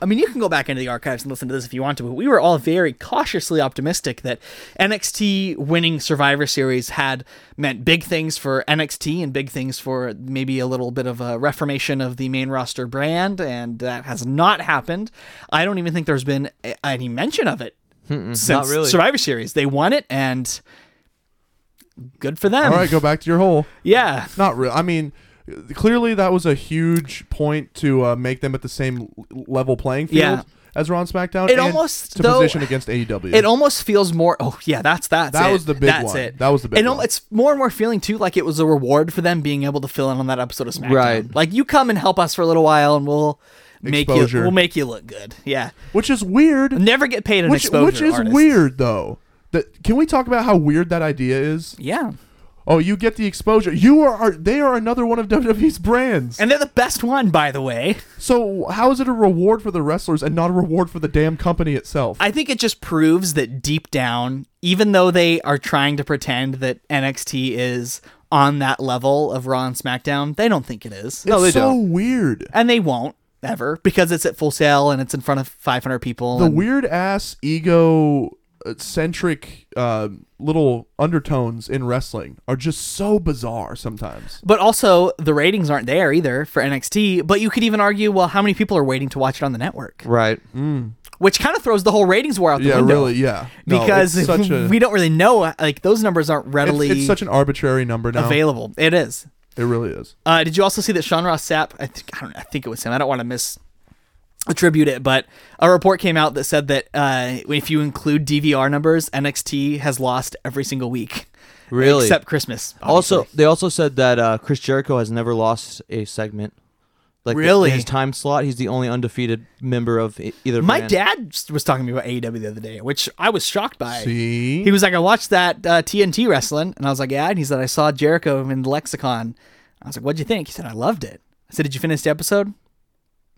I mean, you can go back into the archives and listen to this if you want to, but we were all very cautiously optimistic that NXT winning Survivor Series had meant big things for NXT and big things for maybe a little bit of a reformation of the main roster brand, and that has not happened. I don't even think there's been a- any mention of it since not really. Survivor Series. They won it, and good for them. All right, go back to your hole. Yeah. Not real. I mean, clearly that was a huge point to uh, make them at the same l- level playing field. Yeah. as Raw and SmackDown. It and almost, to though- position against E AEW. It almost feels more. Oh yeah, that's that's That it. was the big that's one. It. That was the big And al- one. it's more and more feeling too like it was a reward for them being able to fill in on that episode of SmackDown. Right. Like you come and help us for a little while, and we'll make Exposure. you. We'll make you look good. Yeah. which is weird. Never get paid an which exposure. which is artist. weird though. That can we talk about how weird that idea is? Yeah. Oh, you get the exposure. You are, are they are another one of WWE's brands. And they're the best one, by the way. so how is it a reward for the wrestlers and not a reward for the damn company itself? I think it just proves that deep down, even though they are trying to pretend that NXT is on that level of Raw and SmackDown, they don't think it is. No, they so don't. weird. And they won't ever because it's at full sale and it's in front of 500 people. the and- weird ass ego centric uh, little undertones in wrestling are just so bizarre sometimes. but also, the ratings aren't there either for NXT. But you could even argue, well, how many people are waiting to watch it on the network? Right. Mm. Which kind of throws the whole ratings war out the Yeah, window. really, yeah. No, Because it's such a, we don't really know. Like, those numbers aren't it's, readily it's such an arbitrary number now. available. It is. It really is. Uh, did you also see that Sean Ross Sapp? I think I don't. know, I think it was him. I don't want to misattribute it, but a report came out that said that uh, if you include DVR numbers, NXT has lost every single week, Really. except Christmas. obviously. also, they also said that uh, Chris Jericho has never lost a segment. Like in Really? his time slot, he's the only undefeated member of e- either. my brand. dad just was talking to me about AEW the other day, which I was shocked by. See? He was like, I watched that uh, TNT wrestling, and I was like, yeah. And he said, I saw Jericho in the Lexicon. I was like, what'd you think? He said, I loved it. I said, did you finish the episode?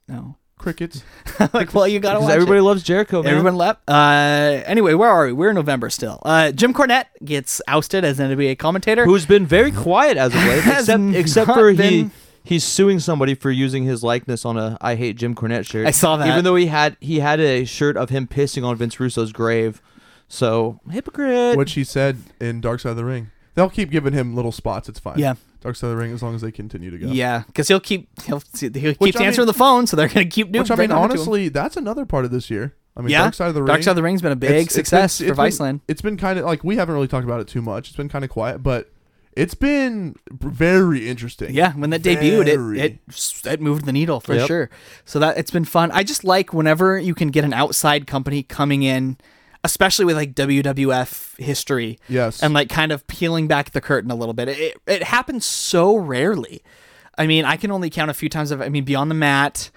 No. Crickets. I'm like, well, you gotta Because watch it. everybody loves Jericho, man. Everyone left. Uh, anyway, where are we? We're in November still. Uh, Jim Cornette gets ousted as NBA commentator. who's been very quiet as of late, Has except not except for he been- he's suing somebody for using his likeness on a I hate Jim Cornette shirt. I saw that. even though he had he had a shirt of him pissing on Vince Russo's grave. So hypocrite. Which he said in Dark Side of the Ring. They'll keep giving him little spots. It's fine. Yeah. Dark Side of the Ring, as long as they continue to go. yeah, because he'll keep he'll, he'll keep Which, I mean- answering the phone, so they're gonna keep doing. Which I mean, bringing it to him. honestly, that's another part of this year. I mean, yeah, Dark Side of the Ring. Dark Side of the Ring's been a big It's- it's been- success it's for been- Viceland. It's been kind of like we haven't really talked about it too much. It's been kind of quiet, but it's been very interesting. Yeah, when that debuted, Very. it it it moved the needle for Yep. sure. So that it's been fun. I just like whenever you can get an outside company coming in, especially with like WWF history. Yes. and like kind of peeling back the curtain a little bit. It it happens so rarely. I mean, I can only count a few times. Of I mean, Beyond the Mat,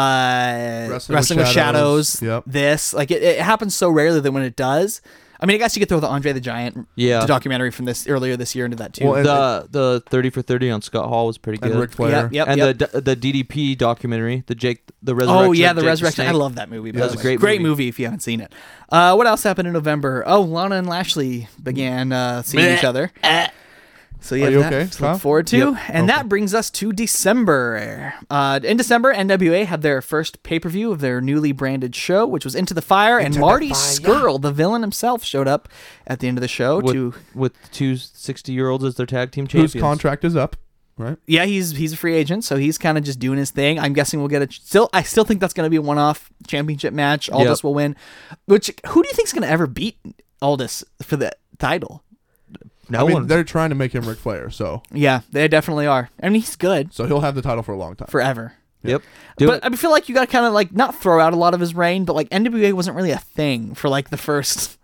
uh, Wrestling with Wrestling, with Shadows, Shadows. Yep. this like it, it happens so rarely that when it does. I mean, I guess you could throw the Andre the Giant, Yeah. the documentary from this earlier this year into that too. Well, and- the the thirty for thirty on Scott Hall was pretty good. and Ric Flair. Yep, yep. and the the DDP documentary, the Jake the resurrection. oh yeah, of the Jake Resurrection. I Snake. love that movie. by That was the a way. great great movie. movie if you haven't seen it. Uh, what else happened in November? Oh, Lana and Lashley began uh, seeing each other. So yeah, Are you that okay, to look Kyle? forward to, and that brings us to December. Uh, in December, NWA had their first pay per view of their newly branded show, which was Into the Fire, and Marty Skrull, the villain himself, showed up at the end of the show to. with, with two 60 year olds as their tag team champions. Whose contract is up, right? Yeah, he's he's a free agent, so he's kind of just doing his thing. I'm guessing we'll get a still. I still think that's going to be a one-off championship match. Aldous Yep. will win. Which who do you think's going to ever beat Aldous for the title? No I mean, one. they're trying to make him Ric Flair, so Yeah, they definitely are. I mean, he's good so he'll have the title for a long time. forever. Yep. Do but it. I feel like you got to kind of like not throw out a lot of his reign, but like NWA wasn't really a thing for like the first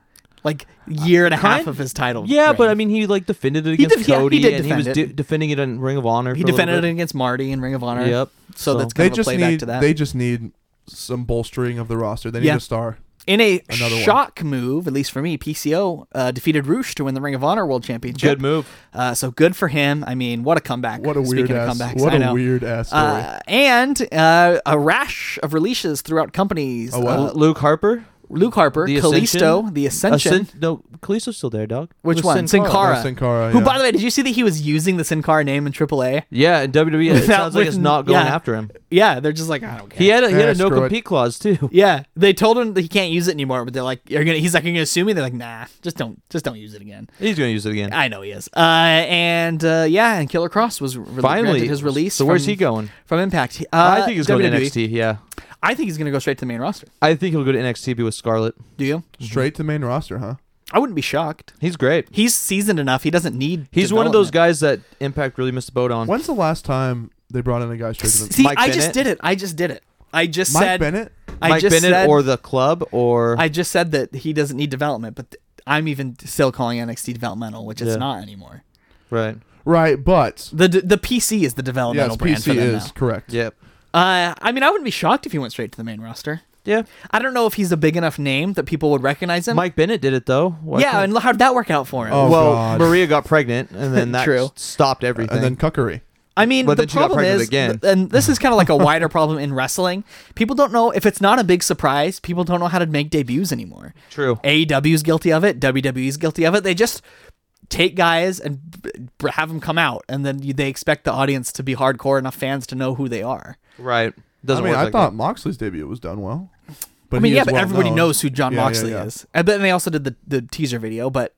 like year and a half kind- of his title. Yeah, but reign. I mean, he like defended it against def- yeah, he Cody, did and he was defend de- it. defending it in Ring of Honor. he for a little defended it bit. against Marty in Ring of Honor. Yep. So, So- that's kind They of a just playback need to that. they just need some bolstering of the roster. They need Yeah. a star. in a Another one. shock move, at least for me, PCO uh, defeated Roosh to win the Ring of Honor World Championship. Good move. Uh, so good for him. I mean, what a comeback! What a weird Speaking ass. of comebacks, what I a know. weird ass story. Uh, and uh, a rash of releases throughout companies. Oh, wow. Uh, L- Luke Harper, Luke Harper, the Kalisto, Ascension? the Ascension. Ascen- no, Kalisto's still there, dog. Which With one? Sin Cara. Oh, Sin Cara, Who, yeah. by the way, did you see that he was using the Sin Cara name in AAA? Yeah, in WWE, it Without- sounds like it's with- not going yeah. after him. Yeah, they're just like, I don't care. He had a, he had Eh, a no screw it. compete clause too. yeah, they told him that he can't use it anymore, but they're like, you're gonna. He's like, you're gonna sue me. They're like, nah, just don't, just don't use it again. He's going to use it again. I know he is. Uh, and uh, yeah, and Killer Cross was re- Finally, granted his release. So where's from- he going? from Impact? He- I uh, think he's going to WWE. NXT. Yeah, I think he's gonna go straight to the main roster. I think he'll go to NXT be with Scarlett. Do you? Straight to the main roster, huh? I wouldn't be shocked. He's great. He's seasoned enough. He doesn't need. He's one of those development. guys that Impact really missed the boat on. When's the last time they brought in a guy straight to the See, Mike I just Bennett? did it. I just did it. I just Mike said Bennett? I Mike just Bennett said- or the club or I just said that he doesn't need development, but th- I'm even still calling NXT developmental, which it's Yeah. not anymore. right. Right, but The d- the PC is the developmental yes, brand for PC them is now. correct. Yep. Uh, I mean, I wouldn't be shocked if he went straight to the main roster. Yeah. I don't know if he's a big enough name that people would recognize him. Mike Bennett did it though. Why yeah, can't- and how'd that work out for him? Oh, well, God. Maria got pregnant, and then that True. s- stopped everything. And then Cuckery. I mean, But the then she got problem pregnant is, again. th- and this is kind of like a wider problem in wrestling. People don't know if it's not a big surprise. People don't know how to make debuts anymore. True. AEW's guilty of it. WWE's guilty of it. They just take guys and b- b- have them come out, and then you, they expect the audience to be hardcore enough fans to know who they are. right. I Doesn't mean, work I like thought Moxley's debut was done well. But I mean, he yeah, is but well everybody known. knows who John Yeah, yeah, Moxley yeah. is. And then they also did the, the teaser video, but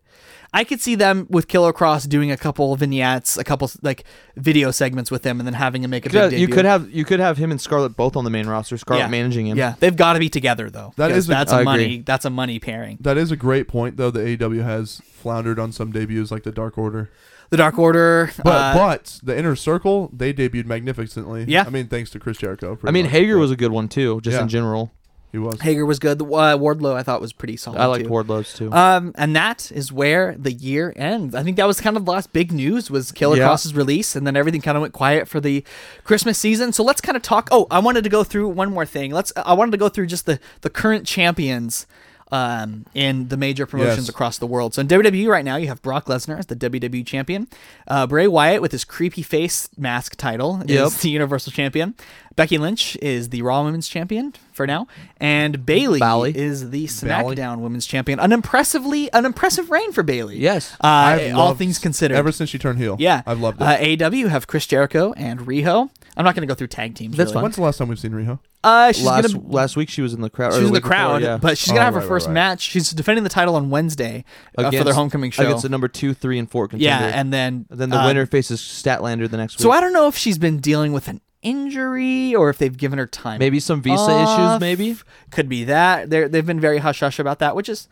I could see them with Killer Cross doing a couple vignettes, a couple like video segments with him, and then having him make a that. big you debut. could have you could have him and Scarlett both on the main roster. Scarlett Yeah. managing him. Yeah, they've got to be together though. That That is is a- that's I a agree. money that's a money pairing. That is a great point, though. The AEW has floundered on some debuts, like the Dark Order. The Dark Order, But uh, but the Inner Circle they debuted magnificently. Yeah. I mean, thanks to Chris Jericho. I pretty mean, much. Hager was a good one too, just Yeah. in general. He was. Hager was good. The, uh, Wardlow I thought was pretty solid. I liked too. Wardlow's too. Um, and that is where the year ends. I think that was kind of the last big news was Killer Yeah. Cross's release, and then everything kind of went quiet for the Christmas season. So let's kind of talk. Oh, I wanted to go through one more thing. Let's. I wanted to go through just the the current champions. Um, in the major promotions Yes. across the world. So in WWE right now, you have Brock Lesnar as the WWE champion. Uh, Bray Wyatt with his creepy face mask title Yep. is the Universal champion. Becky Lynch is the Raw Women's champion for now, and Bailey Bally. is the Bailey. SmackDown Women's Champion. An impressively, an impressive reign for Bailey. Yes. uh, I've all loved- things considered. ever since she turned heel, yeah, I've loved it. Uh, AEW have Chris Jericho and Riho. I'm not going to go through tag teams. That's really. When's the last time we've seen Riho? Uh, she's last gonna. last week she was in the crowd. or She's in the week before, crowd, yeah. but she's gonna Oh, have her right, right, first right. match. She's defending the title on Wednesday uh, for their homecoming show. against the number two, three, and four contender. yeah, and then then the uh, winner faces Statlander the next So week. I don't know if she's been dealing with an injury or if they've given her time. maybe some visa off. issues. Maybe could be that. They they've been very hush hush about that, which is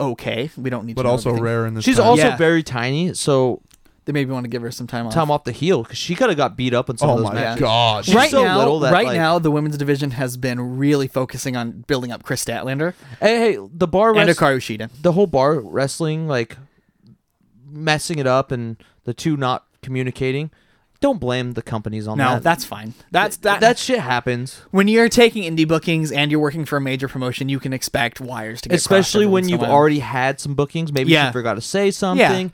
okay. We don't need. But to know also everything. rare in this. she's time. also Yeah. very tiny, so They maybe want to give her some time off. time off the heel because she could have got beat up in some Oh of those my matches. god. She's right so now, little that, right like- now, the women's division has been really focusing on building up Chris Statlander Hey, hey, the bar and wrestling, Hikaru Shida. the whole bar wrestling, like messing it up, and the two not communicating. Don't blame the companies on No, that. that's fine. That's that. that shit happens, when you're taking indie bookings and you're working for a major promotion, you can expect wires to get crossed especially every when once in a you've while. already had some bookings. Maybe Yeah. she forgot to say something.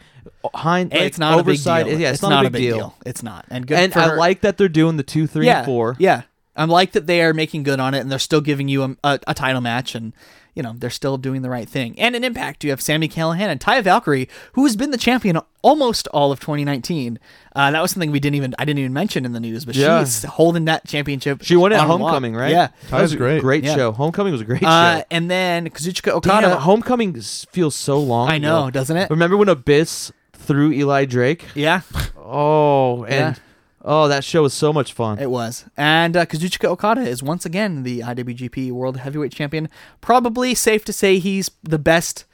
Hind, And like, it's not oversight. a big deal. Yeah, it's, not, a big, deal. It's not. And good And for I her. like that they're doing the two, three, yeah, and four. Yeah, I like that they are making good on it, and they're still giving you a, a, a title match, and you know they're still doing the right thing. And in Impact, you have Sammy Callahan and Ty Valkyrie, who has been the champion almost all of 2019. Uh, that was something we didn't even I didn't even mention in the news, but Yeah. she's holding that championship. She won at on lock. Homecoming, right? Yeah. That was Ty's great. Great Yeah. show. Homecoming was a great Uh, show. and then Kazuchika Okada. Damn, Homecoming s- feels so long. I know, ago. doesn't it? Remember when Abyss threw Eli Drake? Yeah, Oh, and oh, that show was so much fun. it was. And uh, Kazuchika Okada is once again the IWGP World Heavyweight Champion. Probably safe to say he's the best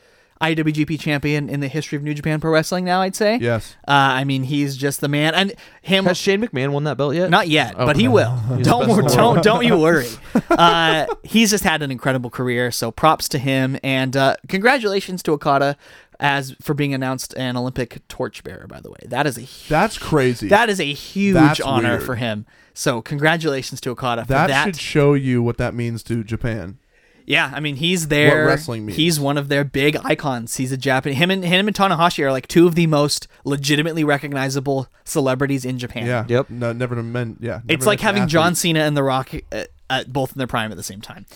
IWGP champion in the history of New Japan Pro Wrestling now, I'd say. Yes. Uh, I mean, he's just the man, and him. Has Shane McMahon won that belt yet? not yet, but he Okay. will. He's the don't best in the don't don't you worry. Uh, he's just had an incredible career, so props to him, and uh, congratulations to Okada as for being announced an Olympic torchbearer. By the way, that is a hu- That's crazy. that is a huge That's honor weird. for him. So congratulations to Okada for that, that. should show you what that means to Japan. Yeah, I mean he's there. wrestling means. He's one of their big icons. He's a Japan. Him and him and Tanahashi are like two of the most legitimately recognizable celebrities in Japan. Yeah. Yep. No, never meant. Yeah. It's never like an having athlete. John Cena and The Rock uh, uh, both in their prime at the same time.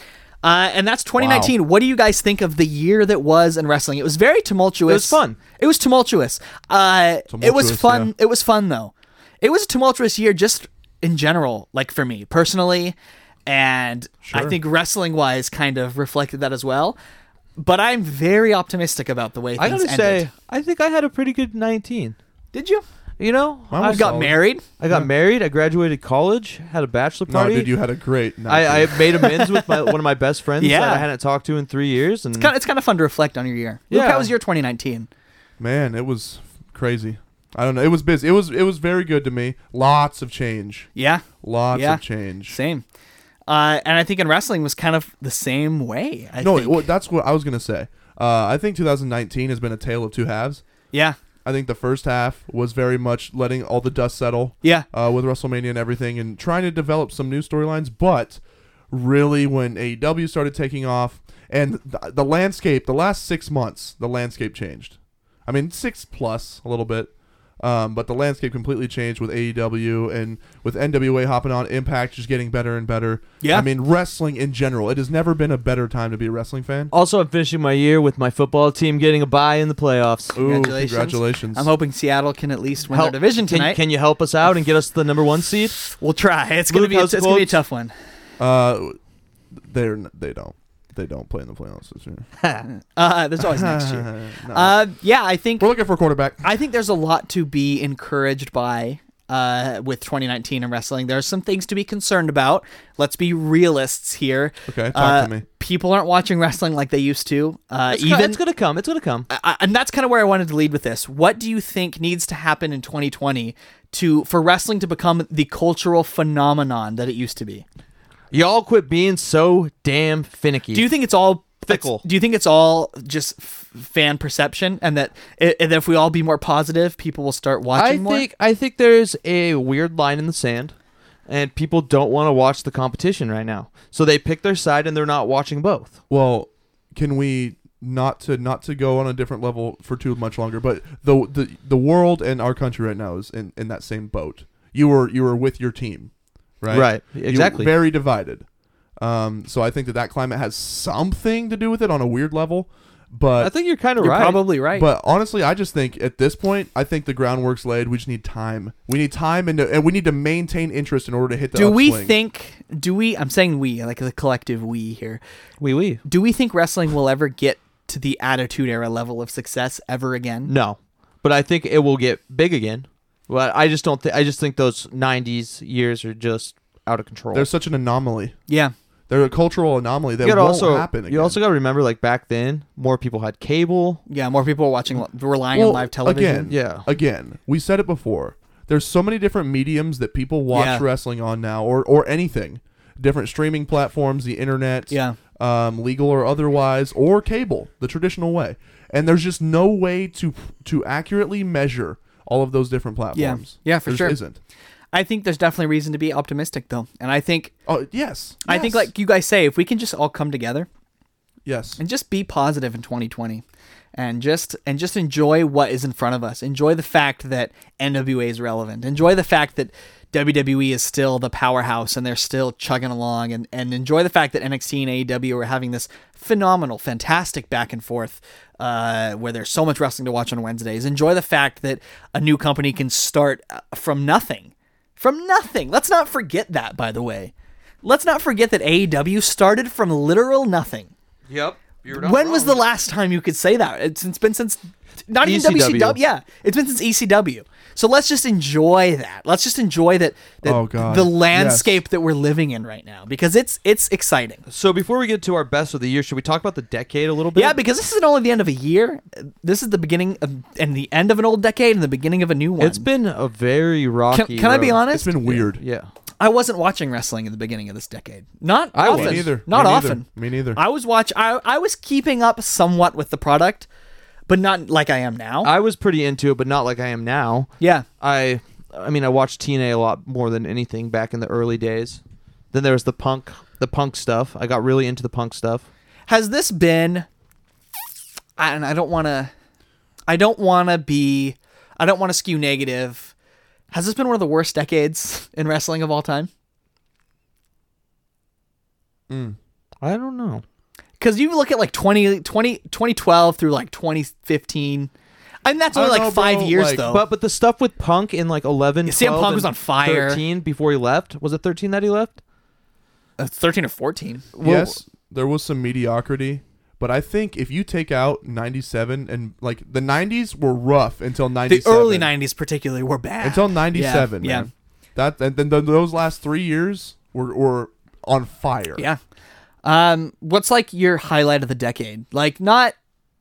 Uh, and that's 2019. What do you guys think of the year that was in wrestling? It was very tumultuous. It was fun. It was tumultuous. Uh, it was Tumultuous, fun. yeah. It was fun though. It was a tumultuous year, just in general, like for me personally, and I Sure. think wrestling wise kind of reflected that as well. But I'm very optimistic about the way things I gotta ended. say, I think I had a pretty good 19. did you? You know, Mine I was Got got, solid. married. I got married. I graduated college. Had a bachelor No, party. dude, you had a great. night. I, I made amends with my, one of my best friends Yeah. that I hadn't talked to in three years, and Kinda- It's kind of fun to reflect on your year. Luke, Yeah. how was your 2019? Man, it was crazy. I don't know. It was busy. It was it was very good to me. Lots of change. Yeah. Lots Yeah. of change. Same. Uh, and I think in wrestling was kind of the same way. I no, think. well, that's what I was gonna say. Uh, I think 2019 has been a tale of two halves. yeah, I think the first half was very much letting all the dust settle yeah, uh, with WrestleMania and everything, and trying to develop some new storylines. But really, when AEW started taking off, and th- the landscape, the last six months, the landscape changed. I mean, six plus a little bit, um, but the landscape completely changed with AEW and with NWA hopping on. Impact just getting better and better. Yeah. I mean, wrestling in general, it has never been a better time to be a wrestling fan. Oh, Also, I'm finishing my year with my football team getting a bye in the playoffs. Ooh, Congratulations. congratulations. I'm hoping Seattle can at least win Help- their division can- tonight. Can, you help us out and get us the number one seed? we'll try. It's gonna Luke, be a, how's it's gonna be a Colts? tough one. Uh, they're n- they don't they don't play in the playoffs this year. Uh, there's always next year. No. Uh, yeah, I think We're looking for a quarterback. I think there's a lot to be encouraged by uh, with 2019 and wrestling. There's some things to be concerned about. Let's be realists here. Okay, talk Uh, to me. People People aren't watching wrestling like they used to. Uh, It's, co- even Uh, it's gonna come. It's gonna come. I, and that's kind of where I wanted to lead with this. What do you think needs to happen in 2020 to for wrestling to become the cultural phenomenon that it used to be? Y'all quit being so damn finicky. Do you think it's all Fickle. Do you think it's all just f- fan perception, and that i- and if we all be more positive, people will start watching I more? think I think there's a weird line in the sand, and people don't want to watch the competition right now, so they pick their side and they're not watching both. Well, can we not to not to go on a different level for too much longer? But the the the world and our country right now is in, in that same boat. You were you were with your team, right? Right, You were exactly. very divided. Um, so I think that that climate has something to do with it on a weird level, but I think you're kind of you're right. probably right. But honestly, I just think at this point, I think the groundwork's laid. We just need time. We need time, and, and we need to maintain interest in order to hit the. do we upswing. think? Do we? I'm saying we, like the collective we here. we we Do we think wrestling will ever get to the Attitude Era level of success ever again? no, but I think it will get big again. But I just don't. think I just think those '90s years are just out of control. they're such an anomaly? Yeah. They're a cultural anomaly that you won't gotta also happen. Again. you also got to remember like back then more people had cable. Yeah, more people are watching, li- relying Well, on live Again, television. Yeah. Again, we said it before. There's so many different mediums that people watch Yeah. wrestling on now, or or anything, different streaming platforms, the internet, Yeah. um, legal or otherwise, or cable, the traditional way. And there's just no way to to accurately measure all of those different platforms. Yeah, for There just sure. Isn't. I think there's definitely reason to be optimistic, though, and I think Oh yes, I think Yes. like you guys say, if we can just all come together yes, and just be positive in 2020, and just and just enjoy what is in front of us, enjoy the fact that NWA is relevant, enjoy the fact that WWE is still the powerhouse and they're still chugging along, and and enjoy the fact that NXT and AEW are having this phenomenal, fantastic back and forth. Uh, where there's so much wrestling to watch on Wednesdays. Enjoy the fact that a new company can start uh, from nothing from nothing. Let's not forget that, by the way. Let's not forget that AEW started from literal nothing. Yep. You're When Oh, was the last time you could say that? It's, it's been since not even E ECW. WCW. Yeah, it's been since ECW. So let's just enjoy that. Let's just enjoy that, that Oh, God. the Yes. landscape that we're living in right now because it's it's exciting. So before we get to our best of the year, should we talk about the decade a little bit? Yeah, because this isn't only the end of a year. This is the beginning of, and the end of an old decade and the beginning of a new one. it's been a very rocky. Can, can I be road. honest? it's been weird. Yeah. I wasn't watching wrestling in the beginning of this decade. Not I was. often. Me neither. Not Me neither. often. Me neither. I was watch. I I was keeping up somewhat with the product, but not like I am now. I was pretty into it, but not like I am now. yeah. I I mean I watched TNA a lot more than anything back in the early days. Then there was the punk the punk stuff. I got really into the punk stuff. Has this been? I, and I don't want to. I don't want to be. I don't want to skew negative. Has this been one of the worst decades in wrestling of all time? I don't know. Because you look at like 20, 20, 2012 through like 2015. And that's I only like know, five bro, years like, though. But but the stuff with Punk in like 11 Yeah, CM 12, Punk was and on fire. 13 before he left. Was it 13 that he left? Uh, 13 or 14. yes, there was some mediocrity, but I think if you take out '97 and like the '90s were rough until The '97. early 90s particularly were bad. until '97. Yeah. Yeah, that and then th- those last three years were were on fire. Yeah. Um, what's like your highlight of the decade? Like not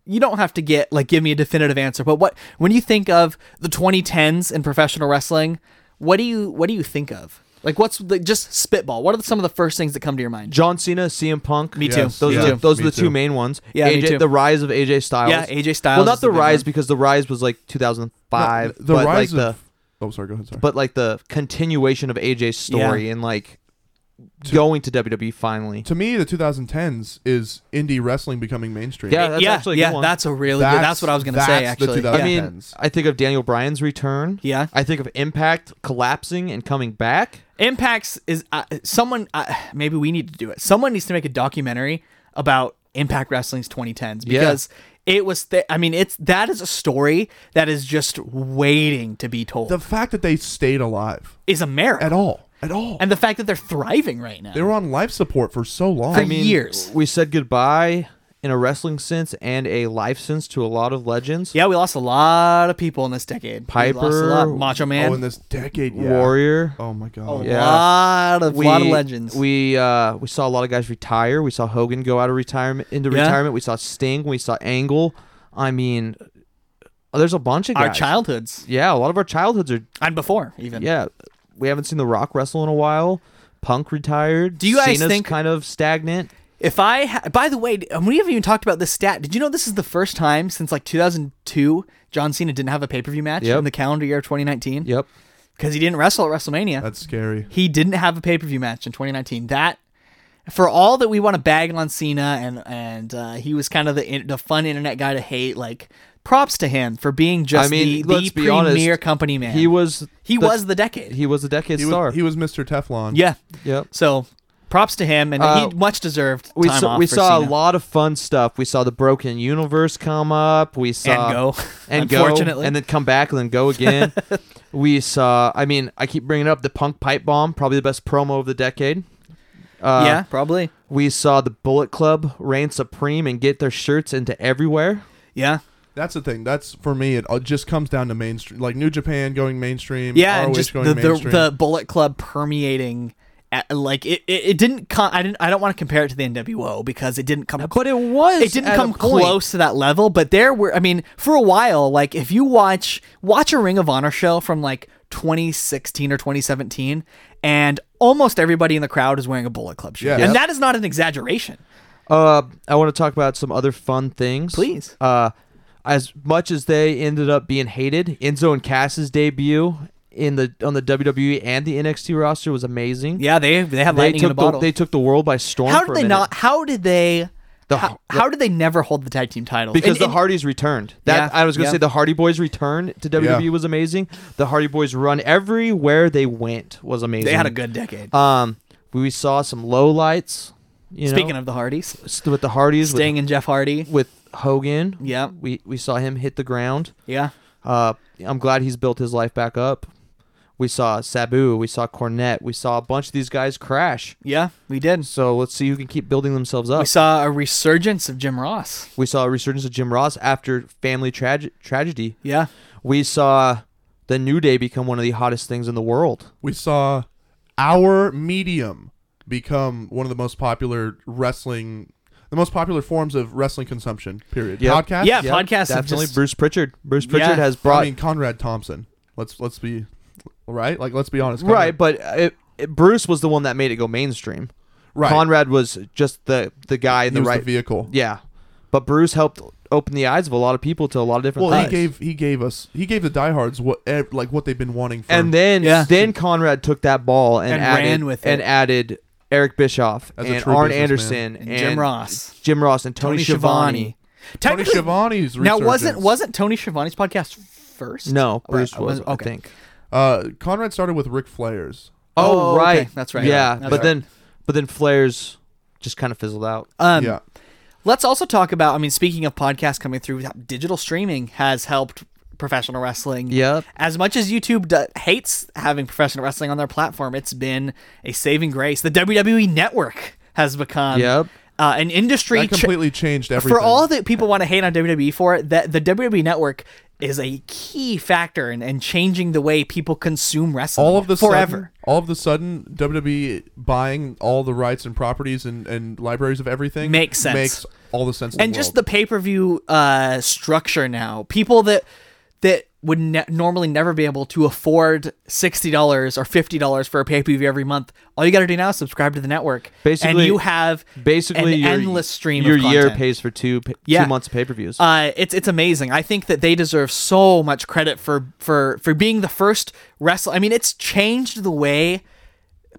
you don't have to get like give me a definitive answer, but what when you think of the 2010s in professional wrestling, what do you what do you think of? Like, what's the, just spitball? What are some of the first things that come to your mind? John Cena, CM Punk. Me too. Yes, Those yeah. are the, those Me are the too. two main ones. Yeah, me AJ, too. the rise of AJ Styles. Yeah, AJ Styles Well, is not the the big rise one. because the rise was like 2005. The but rise like of- Oh, sorry. Go ahead. Sorry. the but like the continuation of AJ's story Yeah. and like going to WWE finally. to me, the 2010s is indie wrestling becoming mainstream. Yeah, that's yeah, actually a yeah, good one. that's a really good. That's what I was gonna say. that's the Actually, 2000 yeah. I mean, Depends. I think of Daniel Bryan's return. Yeah. I think of Impact collapsing and coming back. Impacts is uh, someone. Uh, maybe we need to do it. Someone needs to make a documentary about Impact Wrestling's 2010s Yeah. because it was. Th- I mean, it's that is a story that is just waiting to be told. The fact that they stayed alive is America at all, at all, and the fact that they're thriving right now. they were on life support for so long. I mean- Years. We said goodbye in a wrestling sense and a life sense to a lot of legends. yeah, we lost a lot of people in this decade. we lost a Piper, lot. Macho Man, oh, in this decade, yeah. Warrior. Oh my god. a yeah. lot of We, lot of legends. We uh, we saw a lot of guys retire. We saw Hogan go out of retirement into Yeah. retirement. We saw Sting. We saw Angle. I mean, uh, there's a bunch of guys. our childhoods Yeah, a lot of our childhoods are. and before even. Yeah, we haven't seen The Rock wrestle in a while. Punk retired. Do you guys Cena's think- kind of stagnant? If I, ha- by the way, and we haven't even talked about this stat. Did you know this is the first time since like 2002 John Cena didn't have a pay per view match Yep. in the calendar year of 2019? Yep. Because he didn't wrestle at WrestleMania. That's scary. he didn't have a pay per view match in 2019. That, for all that we want to bag on Cena and and uh, he was kind of the in- the fun internet guy to hate. Like props to him for being just I mean, the, the let's be honest, premier company man. He was. he was the decade. He was the decade He star. was, he was Mr. Teflon. yeah. yep. So props to him and Uh, he much deserved. We time saw, off we for saw a Cena. lot of fun stuff. We saw the Broken Universe come up. We saw And go, and go, unfortunately. and then come back and then go again. we saw. I mean, I keep bringing up the Punk Pipe Bomb, probably the best promo of the decade. Uh, yeah, probably. We saw the Bullet Club reign supreme and get their shirts into everywhere. Yeah. That's the thing. That's for me. It all just comes down to mainstream, like New Japan going mainstream. yeah, and ROH just going the, the mainstream. the Bullet Club permeating, at, like it, it, it didn't. Con- I didn't. I don't want to compare it to the NWO because it didn't come. But it was It didn't at a come point. close to that level. But there were. I mean, for a while, like if you watch watch a Ring of Honor show from like 2016 or 2017, and almost everybody in the crowd is wearing a Bullet Club shirt, Yeah. Yep. and that is not an exaggeration. Uh, I want to talk about some other fun things. Please. Uh, as much as they ended up being hated, Enzo and Cass's debut in the on the WWE and the NXT roster was amazing. Yeah, they they have they lightning in took a bottle. the, they took the world by storm. how for did a they minute. not? How did they? The- how, how did they never hold the tag team titles? Because And- the and- Hardys returned. That Yeah, I was gonna yeah. say the Hardy Boys return to WWE Yeah. was amazing. The Hardy Boys run everywhere they went was amazing. they had a good decade. Um, we saw some low lights. You Speaking know, of the Hardys, s- with the Hardys, with, Sting and Jeff Hardy. with Hogan. Yeah. we we saw him hit the ground. Yeah. Uh, I'm glad he's built his life back up. We saw Sabu, we saw Cornette, we saw a bunch of these guys crash. Yeah, we did. So let's see who can keep building themselves up. We saw a resurgence of Jim Ross. We saw a resurgence of Jim Ross after family trage- tragedy. Yeah. We saw the New Day become one of the hottest things in the world. we saw our medium become one of the most popular wrestling, the most popular forms of wrestling consumption. Period. Yep. Podcast. Yeah, podcasts have definitely. just- Bruce Pritchard. Bruce Pritchard Yeah. has brought I mean Conrad Thompson. Let's let's be right. Like let's be honest. Conrad- right, but uh, it, it, Bruce was the one that made it go mainstream. Right. Conrad was just the the guy in He the was right. the vehicle. yeah, but Bruce helped open the eyes of a lot of people to a lot of different. Well, he things. gave he gave us he gave the diehards what ev- like what they've been wanting for and then Yeah. then Conrad took that ball and, And added, ran with and it. added Eric Bischoff As a and true Arn businessman. Anderson And Jim Ross. Jim Ross and Tony, Tony Schiavone. Technically- Schiavone's Now wasn't resurgence. wasn't Tony Schiavone's podcast first? No, Or- Bruce uh, was. okay. I think. uh, Conrad started with Ric Flair's. Oh, Oh, okay. right, That's right. Yeah, That's but right. then but then Flair's just kind of fizzled out. Um, yeah. Let's also talk about. I mean, speaking of podcasts coming through, digital streaming has helped professional wrestling. Yep. As much as YouTube d- hates having professional wrestling on their platform, it's been a saving grace. The WWE Network has become Yep. uh, an industry That cha- completely changed everything. for all that people want to hate on WWE for, that the WWE network is a key factor in, in changing the way people consume wrestling. all of the sudden, forever. all of the sudden, WWE buying all the rights and properties and, and libraries of everything Makes sense. Makes all the sense. in and the just the world. pay per view uh, structure now. People that that would ne- normally never be able to afford $60 or $50 for a pay-per-view every month. All you got to do now is subscribe to the network. and Basically- you have Basically, an your, endless stream Your of year content. pays for two pa- Yeah. two months of pay per views. Uh, it's it's amazing. I think that they deserve so much credit for for for being the first wrestle. I mean, it's changed the way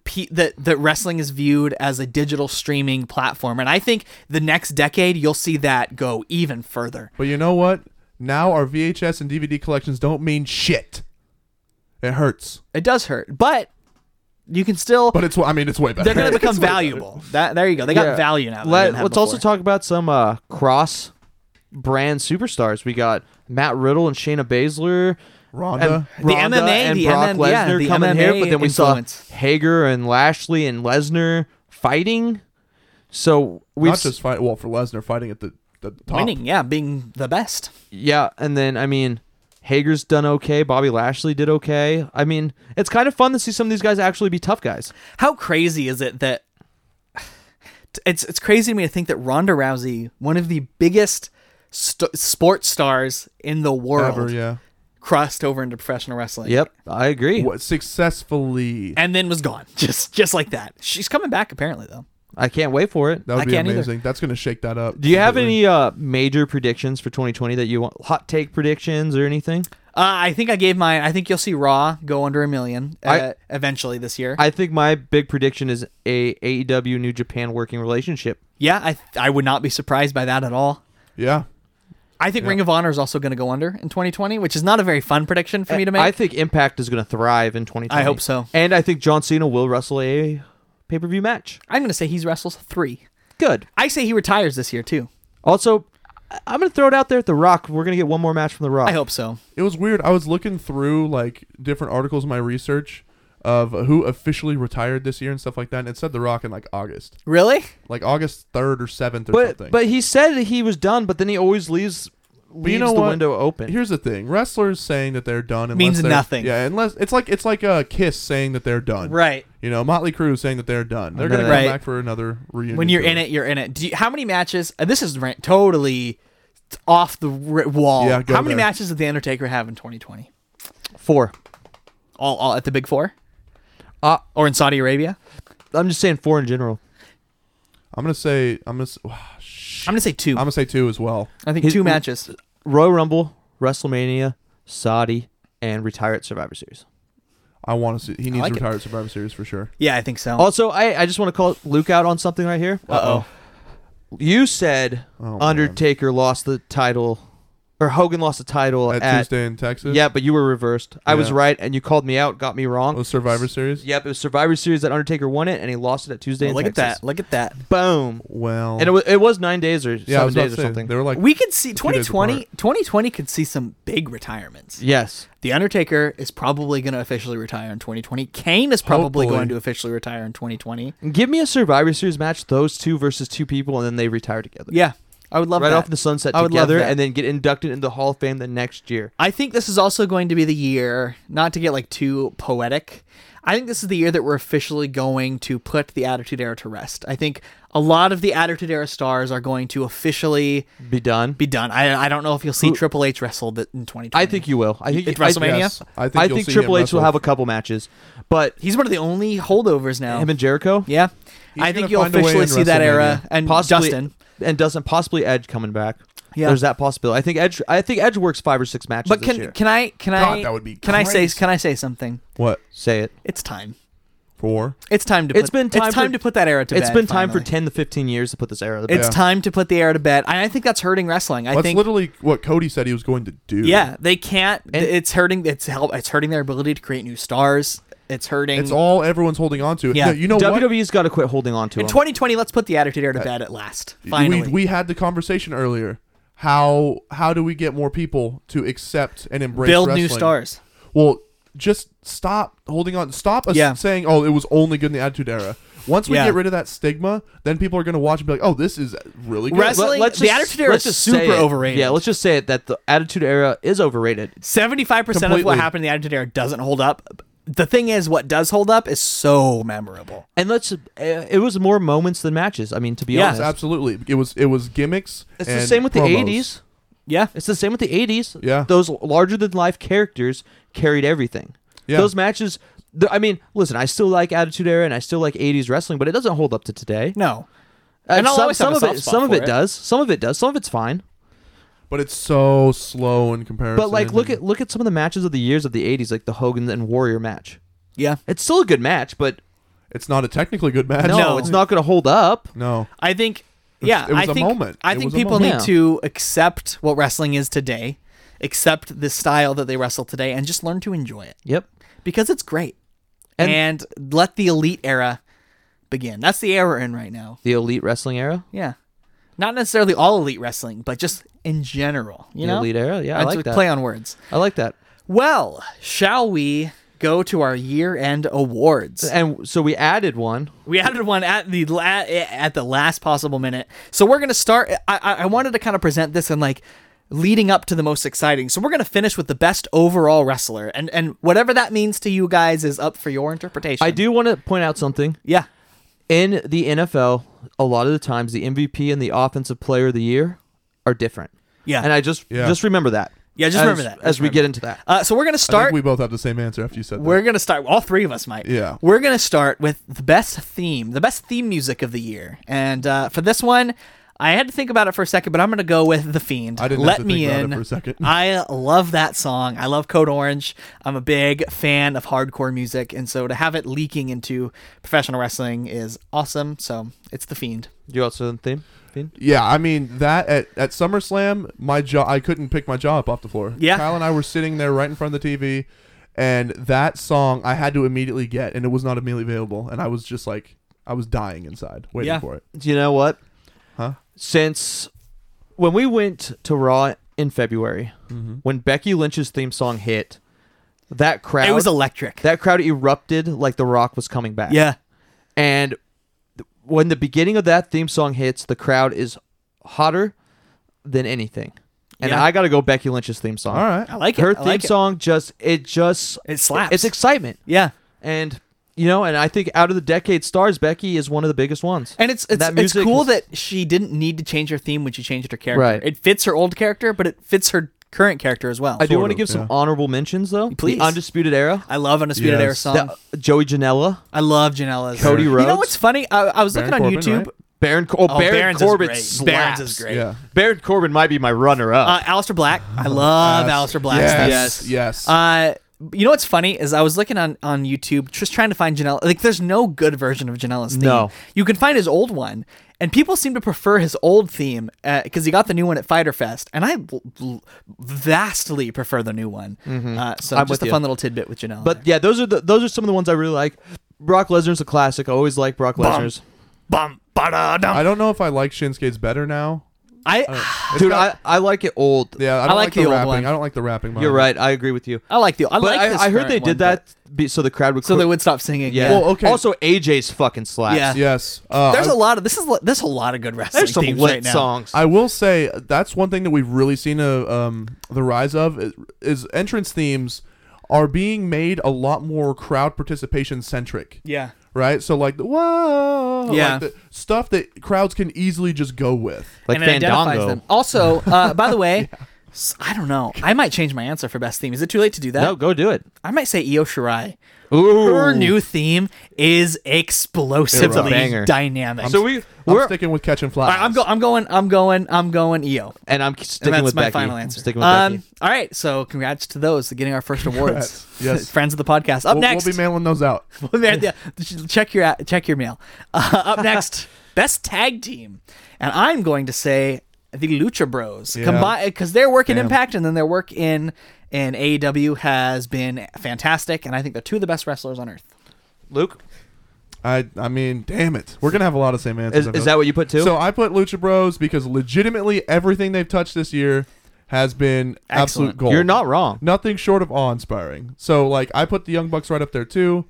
pe- that that wrestling is viewed as a digital streaming platform, and I think the next decade you'll see that go even further. But you know what? Now our VHS and DVD collections don't mean shit. It hurts, It does hurt, but you can still. but it's. I mean, it's way better. they're going to become It's way better. valuable. That there you go. They got Yeah. value now. that they Let, didn't have us also before. talk about some uh, cross brand superstars. We got Matt Riddle and Shayna Baszler. Rhonda. and Ronda The MMA, and the Brock MM, yeah, Lesnar the coming MMA here, but then we influence. saw Hager and Lashley and Lesnar fighting. So we Not just fight. Well, for Lesnar fighting at the, the top. winning. Yeah, being the best. yeah, and then I mean, Hager's done okay. Bobby Lashley did okay. I mean, it's kind of fun to see some of these guys actually be tough guys. How crazy is it that it's it's crazy to me to think that Ronda Rousey, one of the biggest st- sports stars in the world, Ever, yeah. crossed over into professional wrestling. Yep, I agree. What successfully? And then was gone. Just just like that. She's coming back apparently though. I can't wait for it. That would I be can't either. amazing. That's gonna shake that up. Do you have completely. any uh, major predictions for 2020 that you want? Hot take predictions or anything? Uh, I think I gave mine. I think you'll see Raw go under a million uh, I- eventually this year. I think my big prediction is a AEW New Japan working relationship. yeah, I I would not be surprised by that at all. Yeah. I think Ring of Honor is also going to go under in 2020, which is not a very fun prediction for me to make. I think Impact is going to thrive in 2020. I hope so. And I think John Cena will wrestle a pay per view match. I'm going to say he's wrestles three. Good. I say he retires this year too. Also, I- I'm going to throw it out there at The Rock. We're going to get one more match from The Rock. I hope so. It was weird. I was looking through like different articles in my research of who officially retired this year and stuff like that, and it said The Rock in like August, Really? like August third or seventh or But something. but he said that he was done, but then he always leaves leaves you know the what? window open. Here's the thing: wrestlers saying that they're done unless Means they're- nothing. Yeah, unless it's like it's like a Kiss saying that they're done. Right. You know, Motley Crue saying that they're done. They're gonna Right. come back for another reunion. When you're tour. in it, you're in it. Do you, how many matches? And this is ran- totally off the r- wall. Yeah, go how many there. matches did the Undertaker have in 2020? four. All, all at the Big Four, Uh, or in Saudi Arabia? I'm just saying four in general. I'm gonna say I'm gonna. s- ah, shit. I'm gonna say two. I'm gonna say two as well. I think His- two matches. Royal Rumble, WrestleMania, Saudi, and retire at Survivor Series. I want to see. He needs like to it. retire at Survivor Series for sure. Yeah, I think so. Also, I, I just want to call Luke out on something right here. Uh oh. You said Oh, man. Undertaker lost the title, or Hogan lost the title At, at, Tuesday in Texas. Yeah, but you were reversed. I was Yeah. right, and you called me out, got me wrong. Oh, Survivor Series. Yep, it was Survivor Series that Undertaker won it, and he lost it at Tuesday. in Oh, Look at Texas. that! Look at that! Boom. Well, And it was, it was nine days yeah, or I seven was about days to or say, something. They were like, We could see days 2020. apart. 2020 could see some big retirements. yes. The Undertaker is probably going to officially retire in 2020. Kane is probably Oh, Hopefully. going to officially retire in 2020. Give me a Survivor Series match, those two versus two people, and then they retire together. Yeah, I would love Right that. off the sunset I would love together, that. and then get inducted into the Hall of Fame the next year. I think this is also going to be the year, not to get like too poetic. I think this is the year that we're officially going to put the Attitude Era to rest. I think a lot of the Attitude Era stars are going to officially Be done. be done. I, I don't know if you'll see Triple H wrestle th- in 2020. I think you will. I think It's I- WrestleMania? Yes, I think, I you'll think see Triple him H will wrestle. have a couple matches, but he's one of the only holdovers now. him and Jericho, yeah. He's I gonna think you'll find a way officially in see that era WrestleMania. and possibly Dustin. and Dustin, possibly Edge coming back. Yeah. there's that possibility. I think Edge. I think Edge works five or six matches. But this year. can can I can God, I that would be can I say crazy. can I say something? what say it? It's time. for? It's time to. It's put, been time it's time for- to put that era to It's bed. been time finally. for ten to fifteen years to put this era. To bed. It's Yeah. time to put the air to bed. And I think that's hurting wrestling. I That's think literally what Cody said he was going to do. yeah, they can't it's hurting it's help it's hurting their ability to create new stars. It's hurting It's all everyone's holding on to. Yeah. No, E you know what? WWE's got to quit holding on to in him. 2020, let's put the attitude era to bed at last. Finally. Uh, We, we had the conversation earlier. How how do we get more people to accept and embrace Build new wrestling? stars. Well, just stop holding on. Stop us Yeah. saying, "Oh, it was only good in the Attitude Era." Once we Yeah. get rid of that stigma, then people are going to watch and be like, "Oh, this is really good." Wrestling- the Attitude Era let's is just say super it. overrated. Yeah, let's just say it that the Attitude Era is overrated. 75% of what Completely. happened in the attitude era doesn't hold up. The thing is what does hold up is so memorable. And let's. Uh, it was more moments than matches. I mean, to be Yeah. honest, Absolutely, it was it was gimmicks. it's and the same with promos. the '80s. Yeah. It's the same with the 80s. Yeah. Those larger than life characters carried everything. Yeah. Those matches, th- I mean, listen, I still like Attitude Era and I still like 80s wrestling, but it doesn't hold up to today. No. And And I'll some, always have some a of soft it, spot some of for it it. does. Some of it does. Some of it's fine. But it's so slow in comparison. But like, look and- at look at some of the matches of the years of the '80s, like the Hogan and Warrior match. Yeah. It's still a good match, but it's not a technically good match. no, No. it's not going to hold up. No. I think yeah, it was I a think, moment. I It think was a people need moment. Yeah. to accept what wrestling is today, accept the style that they wrestle today and just learn to enjoy it Yep. because it's great. And- And, let the elite era begin. That's the era we're in right now. The Elite Wrestling era, Yeah. Not necessarily all elite wrestling, but just in general, you The know. Elite era. Yeah, I That's like a that. play on words. I like that. Well, shall we go to our year-end awards? And so we added one. We added one at the la- at the last possible minute. So we're gonna start. I, I I wanted to kind of present this and like leading up to the most exciting. So we're gonna finish with the best overall wrestler, and and whatever that means to you guys is up for your interpretation. I do want to point out something. Yeah. In the NFL, a lot of the times the MVP and the Offensive Player of the Year are different. Yeah. And I just Yeah. just remember that. Yeah, just As- remember that. as Just we remember get into that. Uh, so we're gonna I start. think we both have the same answer after you said We're gonna start. All three of us might. Yeah. We're gonna start with the best theme, the best theme music of the year, and uh, for this one, I had to think about it for a second, but I'm gonna go with the Fiend. I didn't have Let to me think about it in for a second. I love that song. I love Code Orange. I'm a big fan of hardcore music, and so to have it leaking into professional wrestling is awesome. So it's the Fiend. you also have the theme. Theme? that. Yeah, I mean that at, at SummerSlam, my jaw I couldn't pick my jaw up off the floor. Yeah. Kyle and I were sitting there right in front of the TV and that song I had to immediately get and it was not immediately available and I was just like I was dying inside waiting Yeah. for it. Do you know what? Huh? Since when we went to Raw in February, Mm-hmm. when Becky Lynch's theme song hit, that crowd It was electric. that crowd erupted like The Rock was coming back. yeah, And th- when the beginning of that theme song hits, the crowd is hotter than anything. And Yeah. I got to go Becky Lynch's theme song. All right. I like it. Her I theme like it. song just it just It slaps. It's excitement. Yeah, And you know, and I think out of the decade stars, Becky is one of the biggest ones. and it's it's, that it's music cool is- that she didn't need to change her theme when she changed her character. Right. It fits her old character, but it fits her current character as well. I do Sort want to of, give some yeah. honorable mentions though. Please. The Undisputed Era. I love Undisputed Era Yes. song. the- Joey Janela. I love Janela's. Cody You know Rhodes? what's funny? I, I was Baron looking on Corbin, YouTube. right? Baron, Cor- oh, Oh, Baron, Barons Corbin is great. slaps. Barons is great. Yeah. Baron Corbin might be my runner up. Uh, Alistair Black. I love Alistair Black. Yes. Yes. Yes. yes. Uh, you know what's funny is I was looking on on YouTube just trying to find Janela. Like, there's no good version of Janela's theme. No. you can find his old one, and people seem to prefer his old theme because he got the new one at Fighter Fest, and I l- l- vastly prefer the new one. Uh, so Mm-hmm. I'm just with a you. fun little tidbit with Janela. But yeah, those are the those are some of the ones I really like. Brock Lesnar's a classic. I always like Brock Lesnar's. bum ba I don't know if I like Shinsuke's better now. I It's Dude, got- I, I like it old. yeah, I don't like like, the the old rapping. one. I don't like the rapping. You're right. I agree with you. Oh, I like the I But like. I, this I heard they current one, did that be, so the crowd would. but- so they quit- would stop singing. Yeah. Well, okay. Also, AJ's fucking slaps. Yeah. Yes. Uh, there's I- a lot of this is there's a lot of good wrestling There's some themes lit right now. songs. I will say that's one thing that we've really seen uh, um, the rise of is, is entrance themes are being made a lot more crowd participation centric. Yeah. Right. So like the whoa, like Yeah. the stuff that crowds can easily just go with. like and it identifies Fandango. them. Also, uh, by the way, s I don't know. I might change my answer for best theme. Is it too late to do that? No, go do it. I might say Io Shirai. Ooh. Her new theme is explosively banger. dynamic. So we I'm we're sticking with catching flies. I- I'm, go- I'm going. I'm going. I'm going. Io. and I'm And sticking that's with my Becky. final I'm answer. Um, Sticking with Becky. All right. So congrats to those for getting our first awards. Yes. Friends of the podcast. Up We'll, next. we'll be mailing those out. Yeah, check your check your mail. Uh, up next, best tag team, and I'm going to say the Lucha Bros, Yeah. because their work in Impact and then their work in in AEW has been fantastic, and I think they're two of the best wrestlers on earth. Luke, I I mean, damn it, we're gonna have a lot of same answers. is, is that what you put too? So I put Lucha Bros because legitimately everything they've touched this year has been absolute Excellent. gold. You're not wrong. nothing short of awe-inspiring. So like I put the Young Bucks right up there too,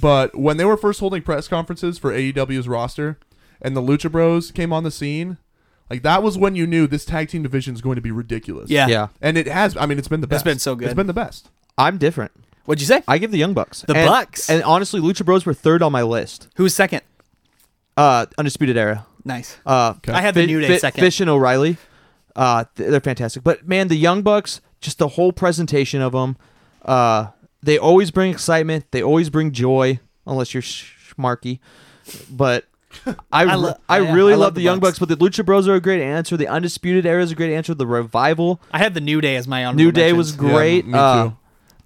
but when they were first holding press conferences for AEW's roster, and the Lucha Bros came on the scene, like that was when you knew this tag team division is going to be ridiculous. Yeah. Yeah. and it has. I mean, it's been the best. been so good. It's been the best. I'm different. What'd you say? I give the Young Bucks. The And- Bucks. And honestly, Lucha Bros were third on my list. Who's second? Uh, Undisputed Era. Nice. Uh, I had the Fi- New Day Fi- second. Fish and O'Reilly. Uh, th- they're fantastic. But man, the Young Bucks, just the whole presentation of them, uh, they always bring excitement. They always bring joy, unless you're sh- schmarky. But I, I I, lo- I yeah, really I love, love the the Young Bucks. Bucks, but the Lucha Bros are a great answer. The Undisputed Era is a great answer. The Revival, I had the New Day as my own. New Day was Yeah, great. me uh, too.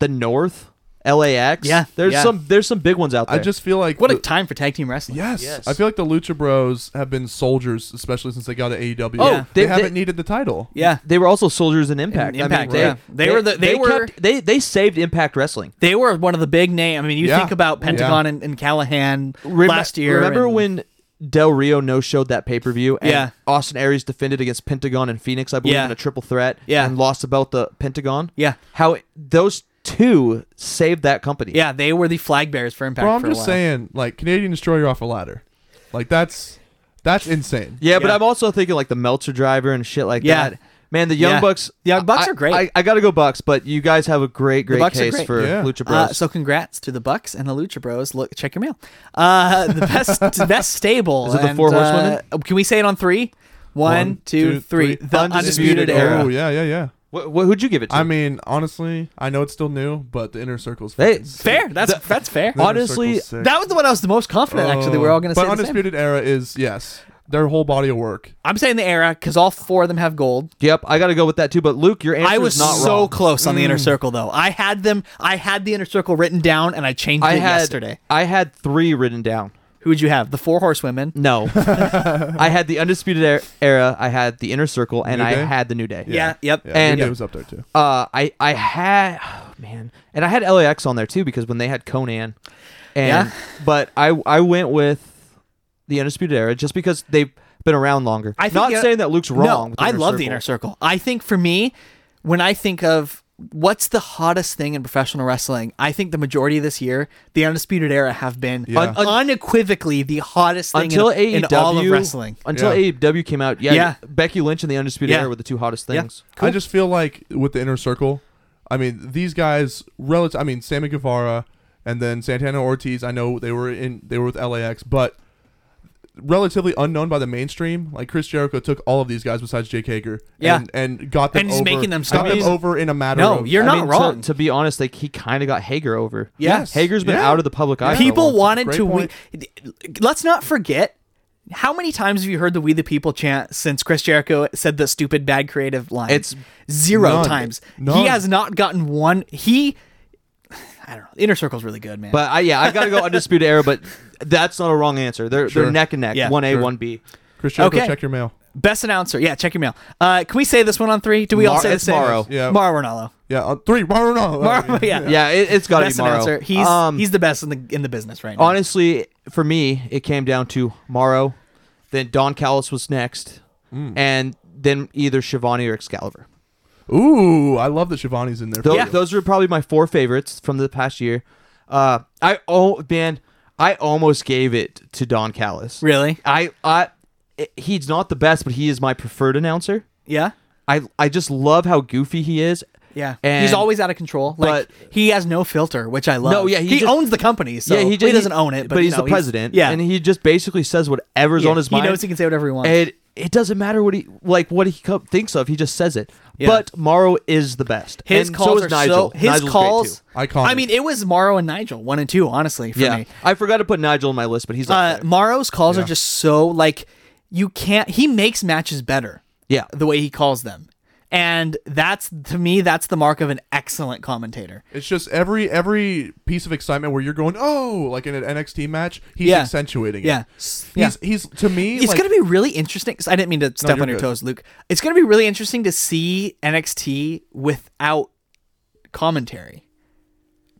the North, LAX. Yeah, there's yeah. some there's some big ones out I there. just feel like What a the- time for tag team wrestling. yes. Yes. I feel like the Lucha Bros have been soldiers, especially since they got to AEW. Oh, they, Yeah. they- haven't they- needed the title. Yeah. they were also soldiers in Impact. In Impact, I mean, yeah. They were the- they were- kept- they they saved Impact Wrestling. They were one of the big name. I mean, you Yeah. think about Yeah. Pentagon and, and Callahan Remem- last year. Remember and- when Del Rio no showed that pay per view? Yeah. Austin Aries defended against Pentagon and Phoenix, I believe, Yeah. in a triple threat. Yeah. And lost the belt to Pentagon. Yeah. How those two saved that company. Yeah, they were the flag bearers for Impact. Bro, I'm for a just while. saying, like Canadian Destroyer off a ladder, like that's that's insane. Yeah, but Yeah. I'm also thinking like the Meltzer driver and shit like Yeah. that. Man, the Young Yeah. Bucks. The Young Bucks I- are great. I, I gotta go Bucks, but you guys have a great, great Bucks are case great. for Yeah. Lucha Bros. Uh, so congrats to the Bucks and the Lucha Bros. Look, check your mail. Uh, the best, the best stable. Is it the and, four uh, horsewomen? can we say it on three? One, two, three. The undisputed, Undisputed era. Oh yeah, yeah, yeah. Wh- wh- who'd you give it to? I mean, honestly, I know it's still new, but the inner circles. They- Fair. That's that's fair. The- honestly, That was the one I was the most confident. Actually, we're all going to Uh, Oh, But say the same. undisputed era is yes, their whole body of work. I'm saying the era because all four of them have gold. yep, I gotta go with that too. But Luke, your answer I was not so wrong. close on the inner circle though. I had them. I had the inner circle written down, and I changed I it had yesterday. I had three written down. Who would you have? The four horsewomen. No, I had the Undisputed Er- Era, I had the Inner Circle, and New I Day? had the New Day. Yeah. Yep. Yeah, And- New Day was up there too. Uh, I I had oh, man, and I had LAX on there too because when they had Conan, and Yeah. but I I went with the Undisputed Era just because they've been around longer. I think not the- saying that Luke's wrong. No, with the I Inner love the Circle. inner circle. I think for me, when I think of what's the hottest thing in professional wrestling, I think the majority of this year, the Undisputed Era have been Yeah. un- unequivocally the hottest thing Until in, E in AEW, all of wrestling. until Yeah. AEW came out, yeah, Yeah. Becky Lynch and the Undisputed Yeah. Era were the two hottest Yeah. things. I just feel like with the inner circle, I mean these guys relative. I mean Sammy Guevara and then Santana Ortiz. I know they were in they were with LAX, but relatively unknown by the mainstream. Like Chris Jericho took all of these guys besides Jake Hager, Yeah. and, and got them And he's over, making them got them stars. over in a matter. No, of, you're I not mean, to- wrong. To, be honest, like he kind of got Hager over. Yeah. Yes. Hager's been Yeah. out of the public eye. for a People long time. wanted Great to. We, point. let's not forget. How many times have you heard the "We the People" chant since Chris Jericho said the stupid, bad, creative line? It's zero none. times. None. He has not gotten one. He, I don't know. Inner Circle's really good, man. But I, yeah, I gotta go undisputed era. But that's not a wrong answer. They're Sure. they're neck and neck. Yeah, one A, sure. one B. Chris Jericho, Okay. check your mail. Best announcer. Yeah, check your mail. Uh, can we say this one on three? Do we all Mar- say the it's same? Morrow. Yeah. Maro Ronaldo. Yeah, on three. Mar- no, uh, Morrow, yeah. Yeah, it, it's gotta Best be Morrow. announcer. He's Um, he's the best in the in the business right now. honestly for me. It came down to Morrow, then Don Callis was next, Hmm. and then either Shivani or Excalibur. Ooh, I love that Shivani's in there. Those, too. Yeah. those are probably my four favorites from the past year. Uh, I oh man, I almost gave it to Don Callis. Really? I I it- he's not the best, but he is my preferred announcer. Yeah. I I just love how goofy he is. Yeah. And- he's always out of control. Like but- he has no filter, which I love. No, yeah, He, he just- owns the company, so yeah, he, well, just, doesn't own it, but, you he's know, the president. yeah. and he just basically says whatever's Yeah, on his he mind. knows he can say whatever he wants. And it doesn't matter what he like what he co- thinks of. He just says it. Yeah. But Morrow is the best. his and calls so are is Nigel. so his Nigel's great, calls. too. Iconic. I mean, it was Morrow and Nigel, one and two, honestly, for Yeah, me. I forgot to put Nigel on my list, but he's up Uh, there. Morrow's calls are just so like you can't. He makes matches better. Yeah, the way he calls them. And that's to me, that's the mark of an excellent commentator. It's just every every piece of excitement where you're going, oh, like in an NXT match, he's Yeah. accentuating Yeah. it. S- He's, yeah. he's to me. It's like, going to be really interesting. 'cause I didn't mean to step you're on your good. toes, Luke. It's going to be really interesting to see NXT without commentary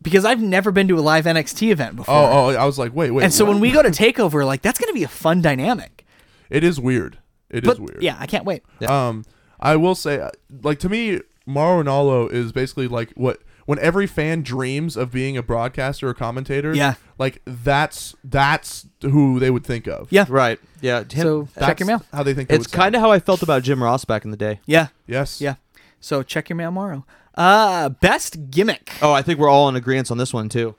because I've never been to a live NXT event before. Oh, oh, I was like, wait, wait. and so what? when we go to Takeover, like that's going to be a fun dynamic. it is weird. It is But weird. yeah, I can't wait. Um, I will say, uh, like to me, Mauro Ranallo is basically like what when every fan dreams of being a broadcaster or commentator. Yeah. Like that's that's who they would think of. Yeah. right. Yeah, him- So That's check your mail. How they think. They it's kind of how I felt about Jim Ross back in the day. Yeah. Yes. Yeah. So check your mail tomorrow. Uh, best gimmick. Oh, I think we're all in agreement on this one too.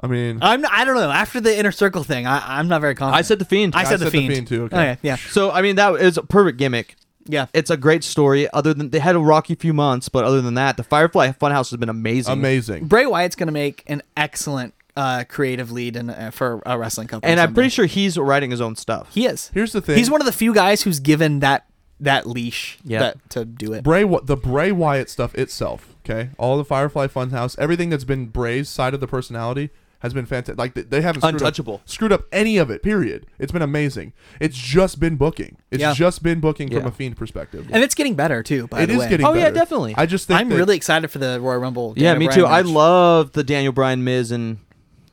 I mean, I'm not, I don't know. After the inner circle thing, I, I'm not very confident. I said the fiend. I said said the The fiend. Fiend too, okay. Okay, yeah. So I mean that is a perfect gimmick. Yeah. It's a great story. Other than they had a rocky few months, but other than that, the Firefly Funhouse has been amazing. Amazing. Bray Wyatt's going to make an excellent uh, creative lead in, uh, for a wrestling company. And I'm someday. pretty sure he's writing his own stuff. he is. Here's the thing. He's one of the few guys who's given that that leash Yeah. that, to do it. Bray, Wy- the Bray Wyatt stuff itself, okay, all the Firefly Funhouse, everything that's been Bray's side of the personality has been fantastic. Like they, they haven't screwed Untouchable. up, screwed up any of it. Period. It's been amazing. It's just been booking. It's Yeah. just been booking from Yeah. a fiend perspective. and it's getting better too. By it the is way, getting. Oh, yeah, better. definitely. I just think I'm that- really excited for the Royal Rumble. Yeah, Daniel me Bryan too. I match. love the Daniel Bryan Miz and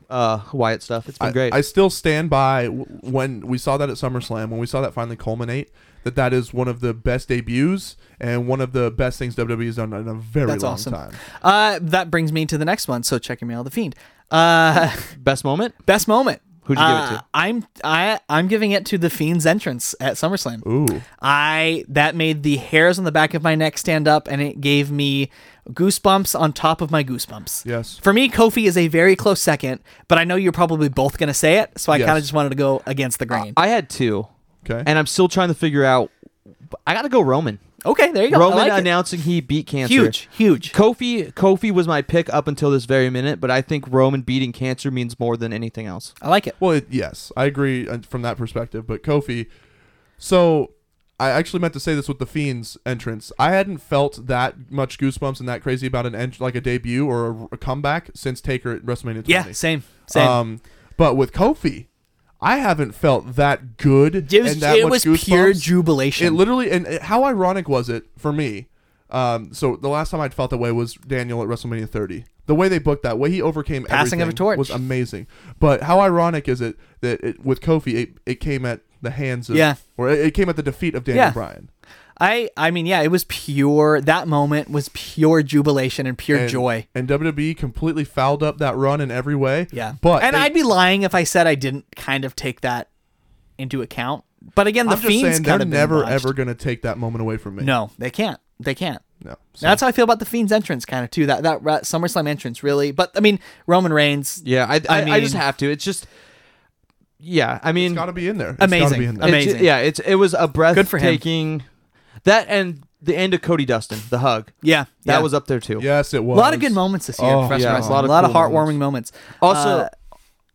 uh, Wyatt stuff. It's been I, great. I still stand by w- when we saw that at SummerSlam, when we saw that finally culminate, that that is one of the best debuts and one of the best things WWE has done in a very That's long awesome. time. Uh, that brings me to the next one. So check your mail, the fiend. Uh, Best moment? best moment. Who'd you give it to? Uh, I'm I I'm giving it to the fiend's entrance at SummerSlam. Ooh, I that made the hairs on the back of my neck stand up, and it gave me goosebumps on top of my goosebumps. Yes. For me, Kofi is a very close second, but I know you're probably both gonna say it, so I Yes. Uh, kind of just wanted to go against the grain. I had two, okay. and I'm still trying to figure out. I got to go Roman. okay, there you go. I Roman like it. announcing he beat cancer. huge, huge. Kofi Kofi was my pick up until this very minute, but I think Roman beating cancer means more than anything else. I like it. Well, it, yes, I agree uh, from that perspective. But Kofi, so I actually meant to say this with the Fiend's entrance. I hadn't felt that much goosebumps and that crazy about an ent- like a debut or a, a comeback since Taker at WrestleMania 20. Yeah, same, same. Um, but with Kofi, I haven't felt that good. it was, and that it much was pure goosebumps. jubilation. It literally and it- how ironic was it for me? Um, so the last time I felt that way was Daniel at WrestleMania 30. The way they booked that, way he overcame Passing of a everything torch. was amazing. But how ironic is it that it, with Kofi, it, it came at the hands of Yeah. or it, it came at the defeat of Daniel Yeah. Bryan. I I mean, yeah, it was pure. That moment was pure jubilation and pure And, joy. and WWE completely fouled up that run in every way. Yeah, but and they- I'd be lying if I said I didn't kind of take that into account. But again, the I'm just fiends saying they're kind of never ever gonna take that moment away from me. No, they can't. They can't. no. So- That's how I feel about the Fiend's entrance, kind of too. That that ra- SummerSlam entrance, really. But I mean, Roman Reigns, Yeah, I I, I, mean- just have to. It's just yeah. I mean, it's gotta be in there. It's Amazing. gotta be in there. Ama- It's- Amazing. yeah, it's it was a Good for him. breathtaking. That and the end of Cody Dustin, the hug. yeah, That yeah. was up there too. yes, it a was lot of good moments this year. Oh, in professional yeah. wrestling. A lot a of lot of cool heartwarming moments. Also, Uh,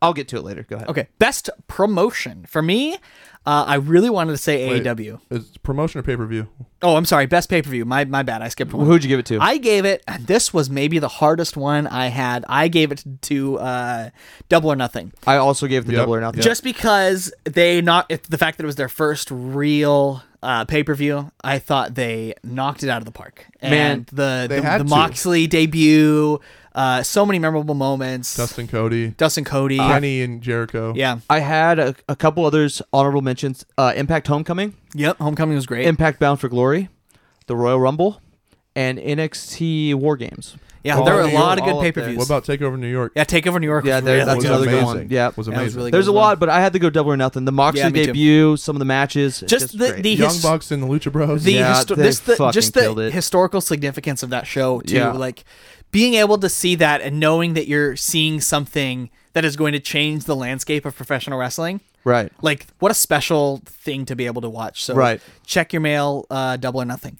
I'll get to it later. Go ahead. okay, best promotion for me. Uh, I really wanted to say Wait, AEW. Is promotion or pay per view? Oh, I'm sorry, best pay per view. My my bad. I skipped one. Who'd you give it to? I gave it, and this was maybe the hardest one I had. I gave it to uh, Double or Nothing, I also gave the Yep. double or nothing. just because they not if the fact that it was their first real uh, pay per view. I thought they knocked it out of the park. And Man, the they the, had the to. Moxley debut, uh, so many memorable moments. Dustin Cody, Dustin Cody, Kenny and Jericho. yeah, I had a, a couple others honorable mentions. Uh, Impact Homecoming, yep. Homecoming was great. Impact Bound for Glory, the Royal Rumble, and NXT War Games. yeah, All there were of a you- lot of all good up pay there. per views. What about Takeover New York? yeah, Takeover New York. Yeah, was there- really that's was good. another good amazing. one. Yeah. was That was amazing. really There's good a one. lot, but I had to go double or nothing. The Moxley Yeah, me too. debut, some of the matches. it's Just the, great. the Young his- Bucks and the Lucha Bros. the, Yeah, histo- they this the fucking just the killed it. historical significance of that show too Yeah. like being able to see that and knowing that you're seeing something that is going to change the landscape of professional wrestling right. like what a special thing to be able to watch so Right. check your mail uh, double or nothing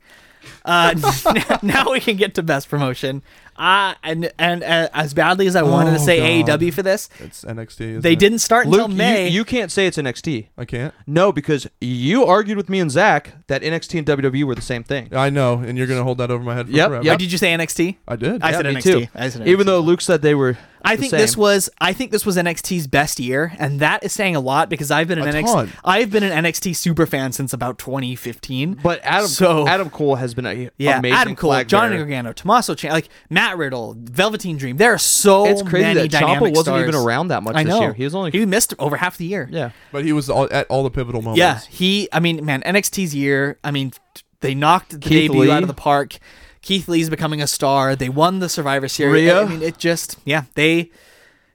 uh, n- now we can get to best promotion uh, and and uh, as badly as i wanted to Oh, say God. aew for this It's NXT. isn't they it? didn't start Luke, until may You, you can't say it's NXT. I can't. No, because you argued with me and Zach that NXT and WWE were the same thing. I know, and you're gonna hold that over my head for Yep, forever. yep. Oh, did you say nxt I did. I Yeah, said me NXT. too. I said NXT. Even though Luke said they were. I the think this same. was I think this was NXT's best year, and that is saying a lot because I've been an A NXT ton. I've been an NXT super fan since about 2015. But Adam So- Adam Cole has been a yeah, amazing Adam Cole, flag Johnny bearer. Gargano, Tommaso, Chan- like Matt Riddle, Velveteen Dream. There are so It's crazy many that Ciampa dynamic wasn't stars. even around that much I this know year. He was only- he missed over half the year. Yeah. But he was all, at all the pivotal moments. yeah. He, I mean, man, NXT's year. I mean, t- they knocked the Keith debut Lee. out of the park. Keith Lee's becoming a star. They won the Survivor Series. Rhea. I mean, it just yeah. They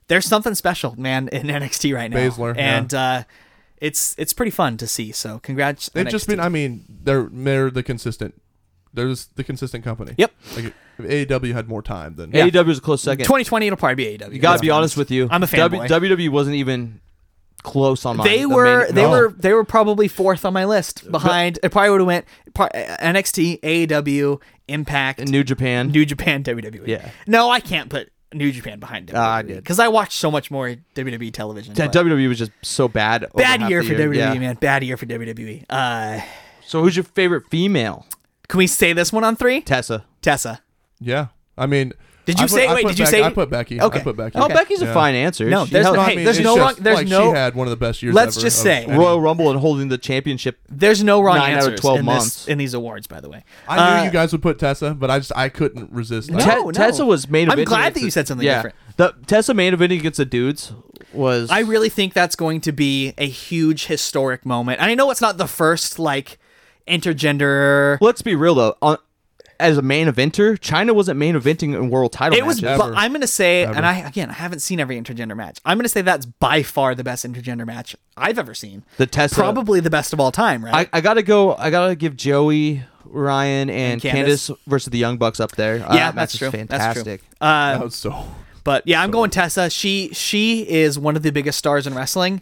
there's something special, man, in NXT right now. Baszler, yeah. and uh, it's it's pretty fun to see. So congrats. They've NXT. just been. I mean, they're they're the consistent. They're just the consistent company. Yep. Like if AEW had more time than AEW was E a close second. 2020. It'll probably be E AEW. You gotta be honest with you. I'm a W- fanboy. WWE wasn't even close on my. They were they were they were probably fourth on my list behind. it probably would have went pro- NXT, AEW, E Impact, New Japan. New Japan, WWE. Yeah. No, I can't put New Japan behind WWE Ah, I did. because I watch so much more WWE television. Yeah, but- WWE was just so bad. over bad E half year the for WWE, yeah. man. Bad year for WWE. Uh, So who's your favorite female? can we say this one on three? Tessa. Tessa. Yeah. I mean, Did you I put- say- I wait, put did you Beck- say- I put Becky. Okay. I put Becky. Oh, Okay. Becky's Yeah. a fine answer. No, She there's held- no- hey, there's it's no just wrong- there's like no- She had one of the best years. Let's ever just of say- any- Royal Rumble and holding the championship. There's no wrong Nine out of answers 12 in, months. This, in these awards, by the way. I knew Uh, you guys would put Tessa, but I just I couldn't resist. No, that. Te- no. Tessa was main I'm eventing glad against that you the- said something yeah. different. The Tessa main eventing against the dudes was I really think that's going to be a huge historic moment. And I know it's not the first like intergender. Let's be real though. On, as a main eventer, China wasn't main eventing in world title it was. matches. bu- Ever. I'm gonna say, and I again, I haven't seen every intergender match. I'm gonna say that's by far the best intergender match I've ever seen. The Tessa- probably the best of all time, I, right? I gotta go. I gotta give Joey, Ryan, and, Candace. Candace. versus the Young Bucks up there. Uh, yeah, that that's match true. was Fantastic. That's true. Uh, That was so. But yeah, I'm going Tessa. She she is one of the biggest stars in wrestling,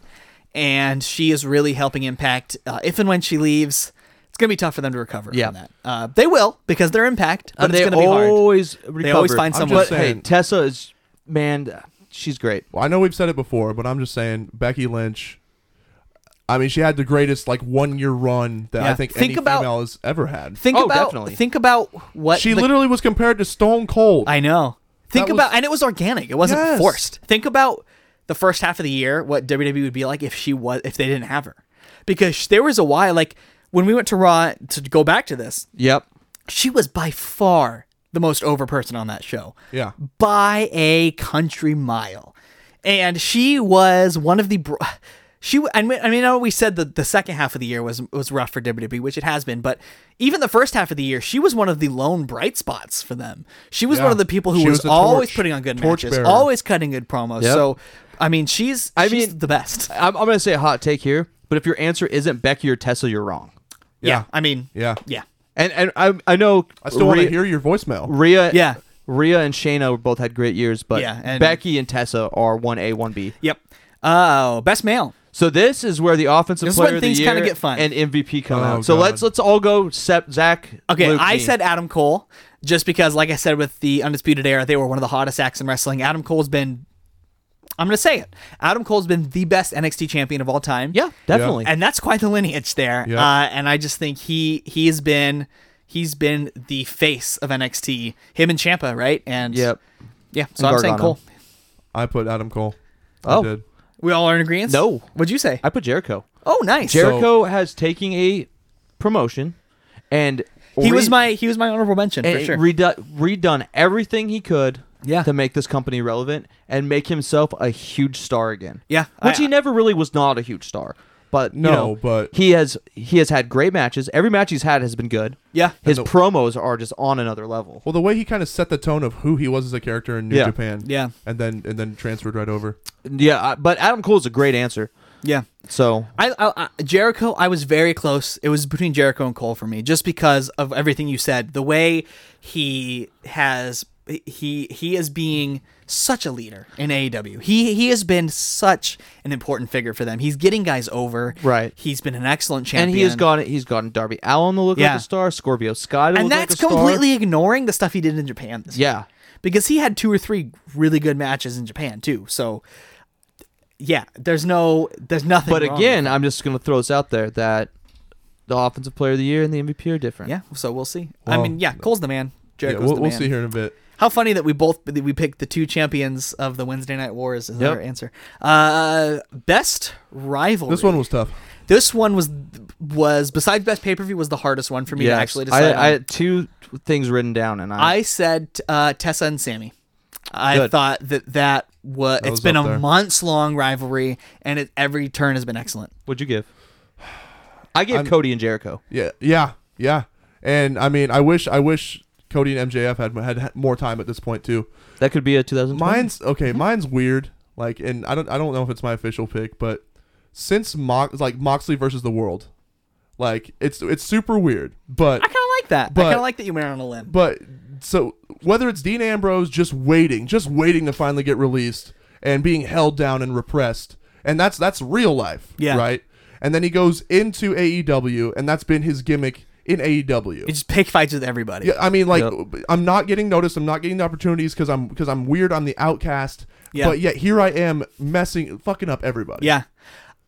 and she is really helping Impact. Uh, if and when she leaves, it's gonna be tough for them to recover. Yeah. from that uh, they will because they're Impact, but But it's they gonna be hard. always recover. They always find I'm someone. But just saying- hey, Tessa is man. She's great. Well, I know we've said it before, but I'm just saying Becky Lynch. I mean, she had the greatest like one year run that Yeah. I think, Think any about- female has ever had. Think Oh, about definitely. think about what she the- literally was compared to Stone Cold. I know. Think Oh. That was- about and it was organic. It wasn't Yes. forced. Think about the first half of the year what WWE would be like if she was if they didn't have her, because there was a while like when we went to Raw to go back to this Yep. she was by far the most over person on that show. Yeah. By a country mile. And she was one of the br- she w- I mean I mean I know we said that the second half of the year was was rough for WWE, which it has been, but even the first half of the year, she was one of the lone bright spots for them. She was Yeah. one of the people who She was, was a always torch- putting on good torch matches, bearer. always cutting good promos. Yep. So I mean, she's I she's mean- the best. I'm, I'm gonna say a hot take here, but if your answer isn't Becky or Tessa, you're wrong. Yeah. I mean, Yeah. yeah. And and I I know I still want to Rhea- hear your voicemail. Rhea. Yeah. Rhea and Shayna both had great years, but Yeah, and- Becky and Tessa are one A, one B. Yep. Oh, best male. So this is where the offensive This is player when of the things year kinda get fun. and MVP come Oh, out. So God. let's let's all go. Sep, Zach. Okay, Luke, I me. said Adam Cole just because, like I said with the Undisputed Era, they were one of the hottest acts in wrestling. Adam Cole's been, I'm going to say it, Adam Cole's been the best NXT champion of all time. yeah, definitely. And that's quite the lineage there. Yeah. Uh, and I just think he he has been he's been the face of NXT. Him and Champa, right? And Yep. yeah. So And I'm saying Gargano. Cole. I put Adam Cole. Oh. I did. We all are in agreement. No. What'd you say? I put Jericho. oh, nice. Jericho has taken a promotion, and he re- was my he was my honorable mention for and sure. redo- redone everything he could. Yeah. to make this company relevant and make himself a huge star again. Yeah, which I- he never really was not a huge star, but you No, know, but- he has he has had great matches. Every match he's had has been good. Yeah. his And the- promos are just on another level. Well, the way he kind of set the tone of who he was as a character in New Yeah. Japan, Yeah. and then and then transferred right over. Yeah, I, but Adam Cole's a great answer. yeah. So I, I, I Jericho, I was very close. It was between Jericho and Cole for me, just because of everything you said. The way he has he he is being such a leader in AEW. He he has been such an important figure for them. He's getting guys over. Right. He's been an excellent champion. and he has gotten he's gotten Darby Allen to look Yeah. like a star, Scorpio Sky to And look that's like a star. completely ignoring the stuff he did in Japan. This yeah. because he had two or three really good matches in Japan too. So yeah, there's no there's nothing. But wrong with again, I'm just gonna throw this out there that the offensive player of the year and the MVP are different. Yeah, so we'll see. I Well- mean, yeah, Cole's the man. Yeah, Jericho's we'll, the we'll man. Oh, see here in a bit. How funny that we both that we picked the two champions of the Wednesday Night Wars as Yep. our answer. Uh, best rivalry. This one was tough. This one was was besides best pay per view was the hardest one for me Yes. to actually decide. I, I on. had two things written down, and I, I said uh, Tessa and Sammy. I Good. thought that that was. it's was been up a there. months long rivalry, and it, every turn has been excellent. What'd you give? I gave I'm- Cody and Jericho. Yeah, yeah, yeah. And I mean, I wish I wish Cody and MJF had had more time at this point too. That could be a 2020. Mine's okay. Mine's weird. Like, and I don't I don't know if it's my official pick, but since Mox like Moxley versus the World, like it's it's super weird. But I kind of like that. I But- kind of like that you went on a limb. but so whether it's Dean Ambrose just waiting, just waiting to finally get released and being held down and repressed, and that's that's real life, Yeah. right? And then he goes into AEW, and that's been his gimmick in E AEW. He just pick fights with everybody. Yeah, I mean, like, Yep. I'm not getting noticed. I'm not getting the opportunities because I'm because I'm weird. I'm the outcast. Yeah. But yet here I am messing, fucking up everybody. Yeah.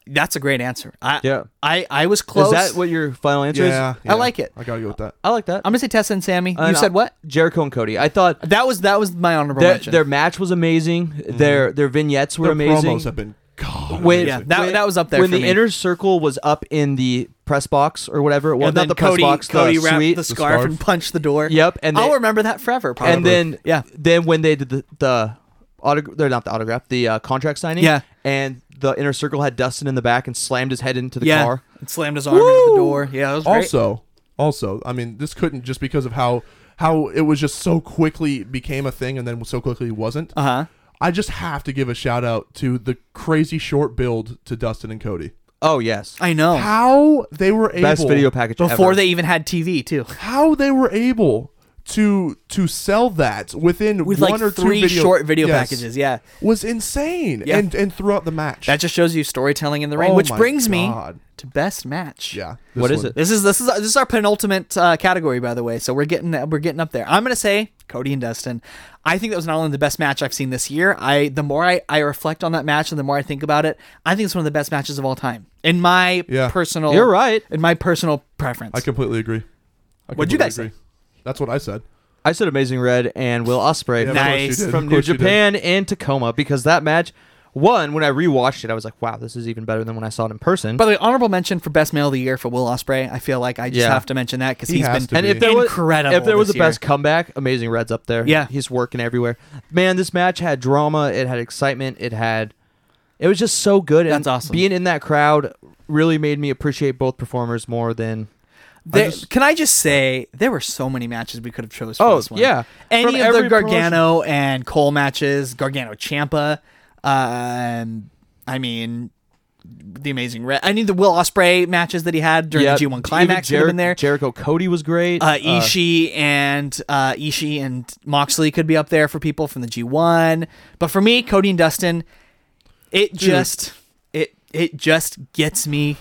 That's a great answer. I, Yeah. I, I was close. Is that what your final answer yeah, is? I like it. I gotta go with that. I like that. I'm gonna say Tessa and Sammy. And you said I- what? Jericho and Cody. I thought That was that was my honorable their, mention. their match was amazing. Their their vignettes were Mm-hmm. Their amazing. promos have been god. When- Yeah, that- that was up there When for the me. inner circle was up in the press box or whatever it was, and not then the Cody, press box, Cody the wrapped suite. the scarf, scarf. and punched the door. Yep, and I'll they- remember that forever. Probably. and then yeah, then when they did the, the autograph, they're not the autograph, the uh, contract signing. Yeah. and the inner circle had Dustin in the back and slammed his head into the yeah, car. and slammed his arm into the door. Yeah, that was great. Also, also, I mean, this couldn't just because of how how it was just so quickly became a thing and then so quickly wasn't. uh huh. I just have to give a shout out to the crazy short build to Dustin and Cody. Oh yes, I know. How they were able best video package Before ever. they even had TV too, how they were able to to sell that within with one like or three two video, short video Yes. packages. Yeah, was insane Yeah. and and throughout the match that just shows you storytelling in the ring, Oh which my brings God. me to best match. yeah What is it? This is this is this is our penultimate uh, category, by the way. So we're getting we're getting up there. I'm gonna say Cody and Dustin. I think that was not only the best match I've seen this year. I the more I, I reflect on that match and the more I think about it, I think it's one of the best matches of all time in my Yeah. personal. You're right. In my personal preference. I completely agree I What'd you completely guys say? that's what I said I said Amazing Red and Will Ospreay Yeah, of course Nice. you did. from Of New course you did. Japan in Tacoma because that match, one when I rewatched it, I was like, wow, this is even better than when I saw it in person. by the way, honorable mention for best male of the year for Will Osprey. I feel like I just Yeah. have to mention that because He he's has been to be. if there was incredible if there was this the best comeback, Amazing Red's up there. Yeah. he's working everywhere. Man, this match had drama. It had excitement. It had, it was just so good. and That's awesome. Being in that crowd really made me appreciate both performers more than. There- just- can I just say there were so many matches we could have chose for Oh, this one. yeah. From any of the every Gargano and Cole matches, Gargano Champa. Um, I mean, the Amazing Red. I mean, the Will Osprey matches that he had during Yeah, the G1 even climax would have Jer- been there. Jericho Cody was great. uh, Ishii and uh, Ishii and Moxley could be up there for people from the G1, but for me, Cody and Dustin, it just it it just gets me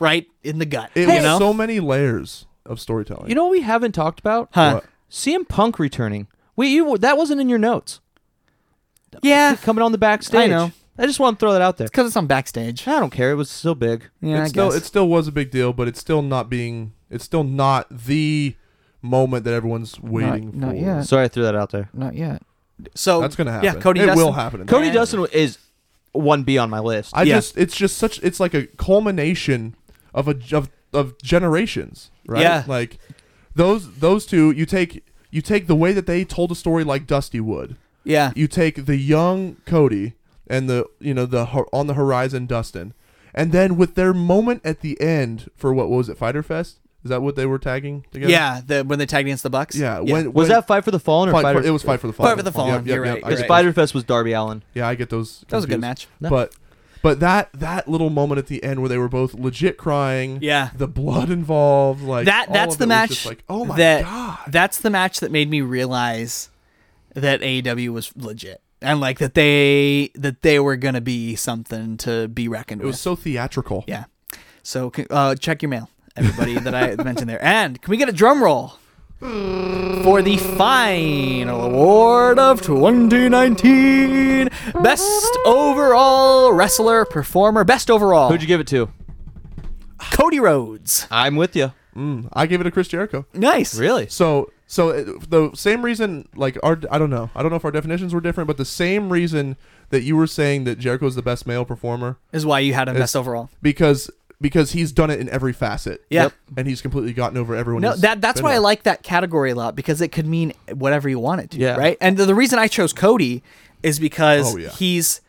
right in the gut. it you was know, so many layers of storytelling you know what we haven't talked about? Huh. What? CM Punk returning. We you that wasn't in your notes. yeah, Coming on the backstage. Eh. I know. I just want to throw that out there. because it's on backstage. I don't care. It was still big. Yeah, it I still guess. it still was a big deal but it's still not being it's still not the moment that everyone's waiting not for yet. Sorry, I threw that out there. not yet. So that's gonna happen Yeah, Cody. it Dustin. will happen in Cody Yeah. Dustin is one B on my list. I Yeah. just it's just such it's like a culmination of a of, of generations, right? Yeah. Like those those two you take you take the way that they told a story like Dusty would. Yeah, You take the young Cody and the you know the hor- on the horizon Dustin. And then with their moment at the end for what, what was it Fighter Fest? Is that what they were tagging together? yeah. The when they tagged against the Bucks. Yeah, when when- was that Fight for the Fallen or fight, Fighter? for, it was Fight for the Fallen. Fight for the Fallen, you're right, I you're get because those. right. Fighter Fest was Darby Allen. Yeah, I get those. That was a good confused. match. No. But but that that little moment at the end where they were both legit crying. Yeah. The blood involved, like that all that's of the it was match. just like oh my that, god. That's the match that made me realize that AEW was legit and like that they that they were gonna be something to be reckoned It with. was so theatrical. yeah. So c- uh, check your mail, everybody that I mentioned there. And can we get a drum roll for the final award of 2019? Best overall wrestler performer. Best overall. Who'd you give it to? Cody Rhodes. I'm with you. I gave it to Chris Jericho. Nice. Really? So so it, the same reason like our I don't know I don't know if our definitions were different, but the same reason that you were saying that Jericho is the best male performer Is why you had him best overall. because because he's done it in every facet. Yeah. Yep. And he's completely gotten over everyone. No, he's that that's been why I with. like that category a lot because it could mean whatever you want it to, Yeah. right? And the, the reason I chose Cody is because Oh, yeah. he's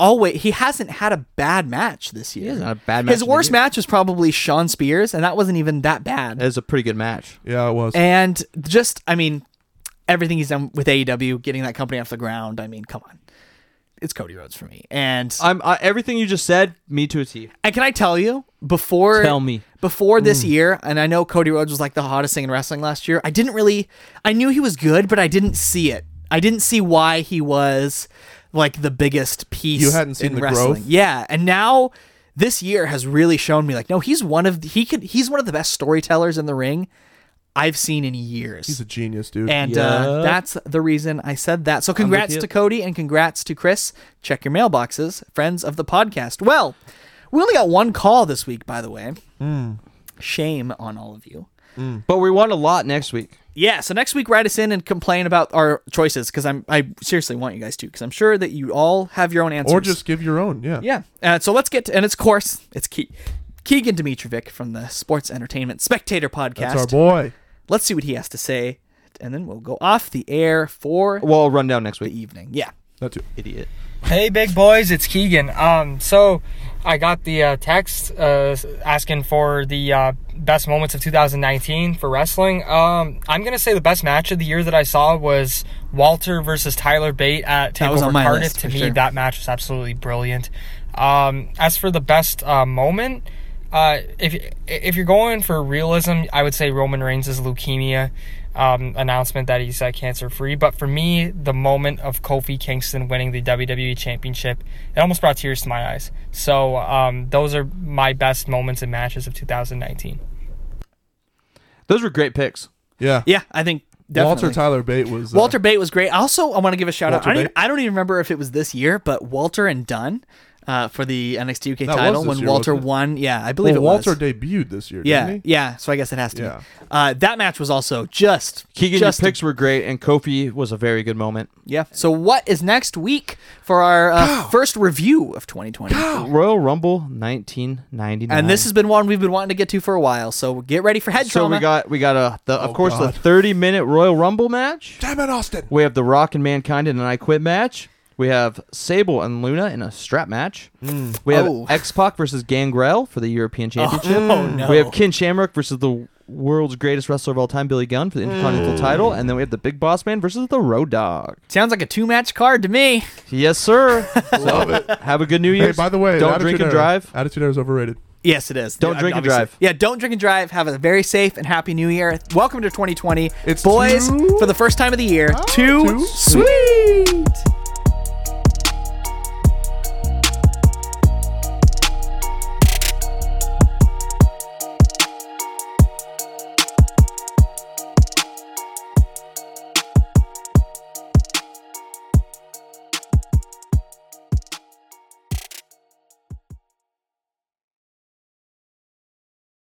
always he hasn't had a bad match this year. hasn't had a bad match His in a worst year. match was probably Sean Spears, and that wasn't even that bad. That was a pretty good match. Yeah, it was. and just, I mean, everything he's done with AEW, getting that company off the ground. I mean, come on, it's Cody Rhodes for me. And I'm I, everything you just said. Me to a T. And can I tell you before Tell me. Mm. before this year? And I know Cody Rhodes was like the hottest thing in wrestling last year. I didn't really, I knew he was good, but I didn't see it. I didn't see why he was like the biggest piece. You hadn't seen in the wrestling. growth? Yeah, and now this year has really shown me like no, he's one of the, he could he's one of the best storytellers in the ring I've seen in years. He's a genius, dude. and uh, Yeah. that's the reason I said that. So congrats you. to Cody and congrats to Chris. Check your mailboxes, friends of the podcast. Well, we only got one call this week, by the way. Hmm. Shame on all of you. But we want a lot next week. Yeah, so next week write us in and complain about our choices because I'm I seriously want you guys to because I'm sure that you all have your own answers. or just give your own. Yeah. yeah. Uh, so let's get to, and it's of course it's Ke- Keegan Dimitrovic from the Sports Entertainment Spectator Podcast. That's our boy. let's see what he has to say, and then we'll go off the air for Well, I'll run down next week. the evening. Yeah. That too. Idiot. Hey, big boys, it's Keegan. Um, so I got the uh, text uh, asking for the uh, best moments of 2019 for wrestling. Um, I'm gonna say the best match of the year that I saw was Walter versus Tyler Bate at That was on Takeover my Cardiff. list, to for me, sure. that match was absolutely brilliant. Um, as for the best uh, moment, uh, if if you're going for realism, I would say Roman Reigns' leukemia um, announcement that he's uh, cancer free. But for me, the moment of Kofi Kingston winning the WWE Championship, it almost brought tears to my eyes. So um, those are my best moments and matches of 2019. Those were great picks. Yeah. Yeah, I think definitely. Walter Tyler Bate was. Uh, Walter Bate was great. Also, I want to give a shout Walter out. I don't, Bate? I don't even remember if it was this year, but Walter and Dunn uh, for the NXT UK That was title this when year, Walter wasn't it? won. Yeah, I believe Well, it was. Walter debuted this year. yeah, Didn't he? yeah. So I guess it has to. Yeah. Be. Uh, that match was also just Keegan, just a- your picks were great, and Kofi was a very good moment. yeah. So what is next week for our uh, first review of 2020? Royal Rumble 1999. And this has been one we've been wanting to get to for a while. So get ready for head so trauma. we got we got a the, of Oh, course the God. 30 minute Royal Rumble match. Damn it, Austin. We have the Rock and Mankind in an I Quit match. We have Sable and Luna in a strap match. We have Oh. X Pac versus Gangrel for the European Championship. no. We have Ken Shamrock versus the world's greatest wrestler of all time, Billy Gunn, for the Intercontinental title. And then we have the Big Boss Man versus the Road Dog. Sounds like a two match card to me. Yes, sir. Love it. have a good New Hey, Year's. by the way, don't Attitude drink and Era- drive. Attitude Era is overrated. Yes, it is. Don't Yeah, drink and obviously. drive. Yeah, don't drink and drive. Have a very safe and happy new year. Welcome to 2020. It's Boys, too- for the first time of the year, Oh, too, too sweet.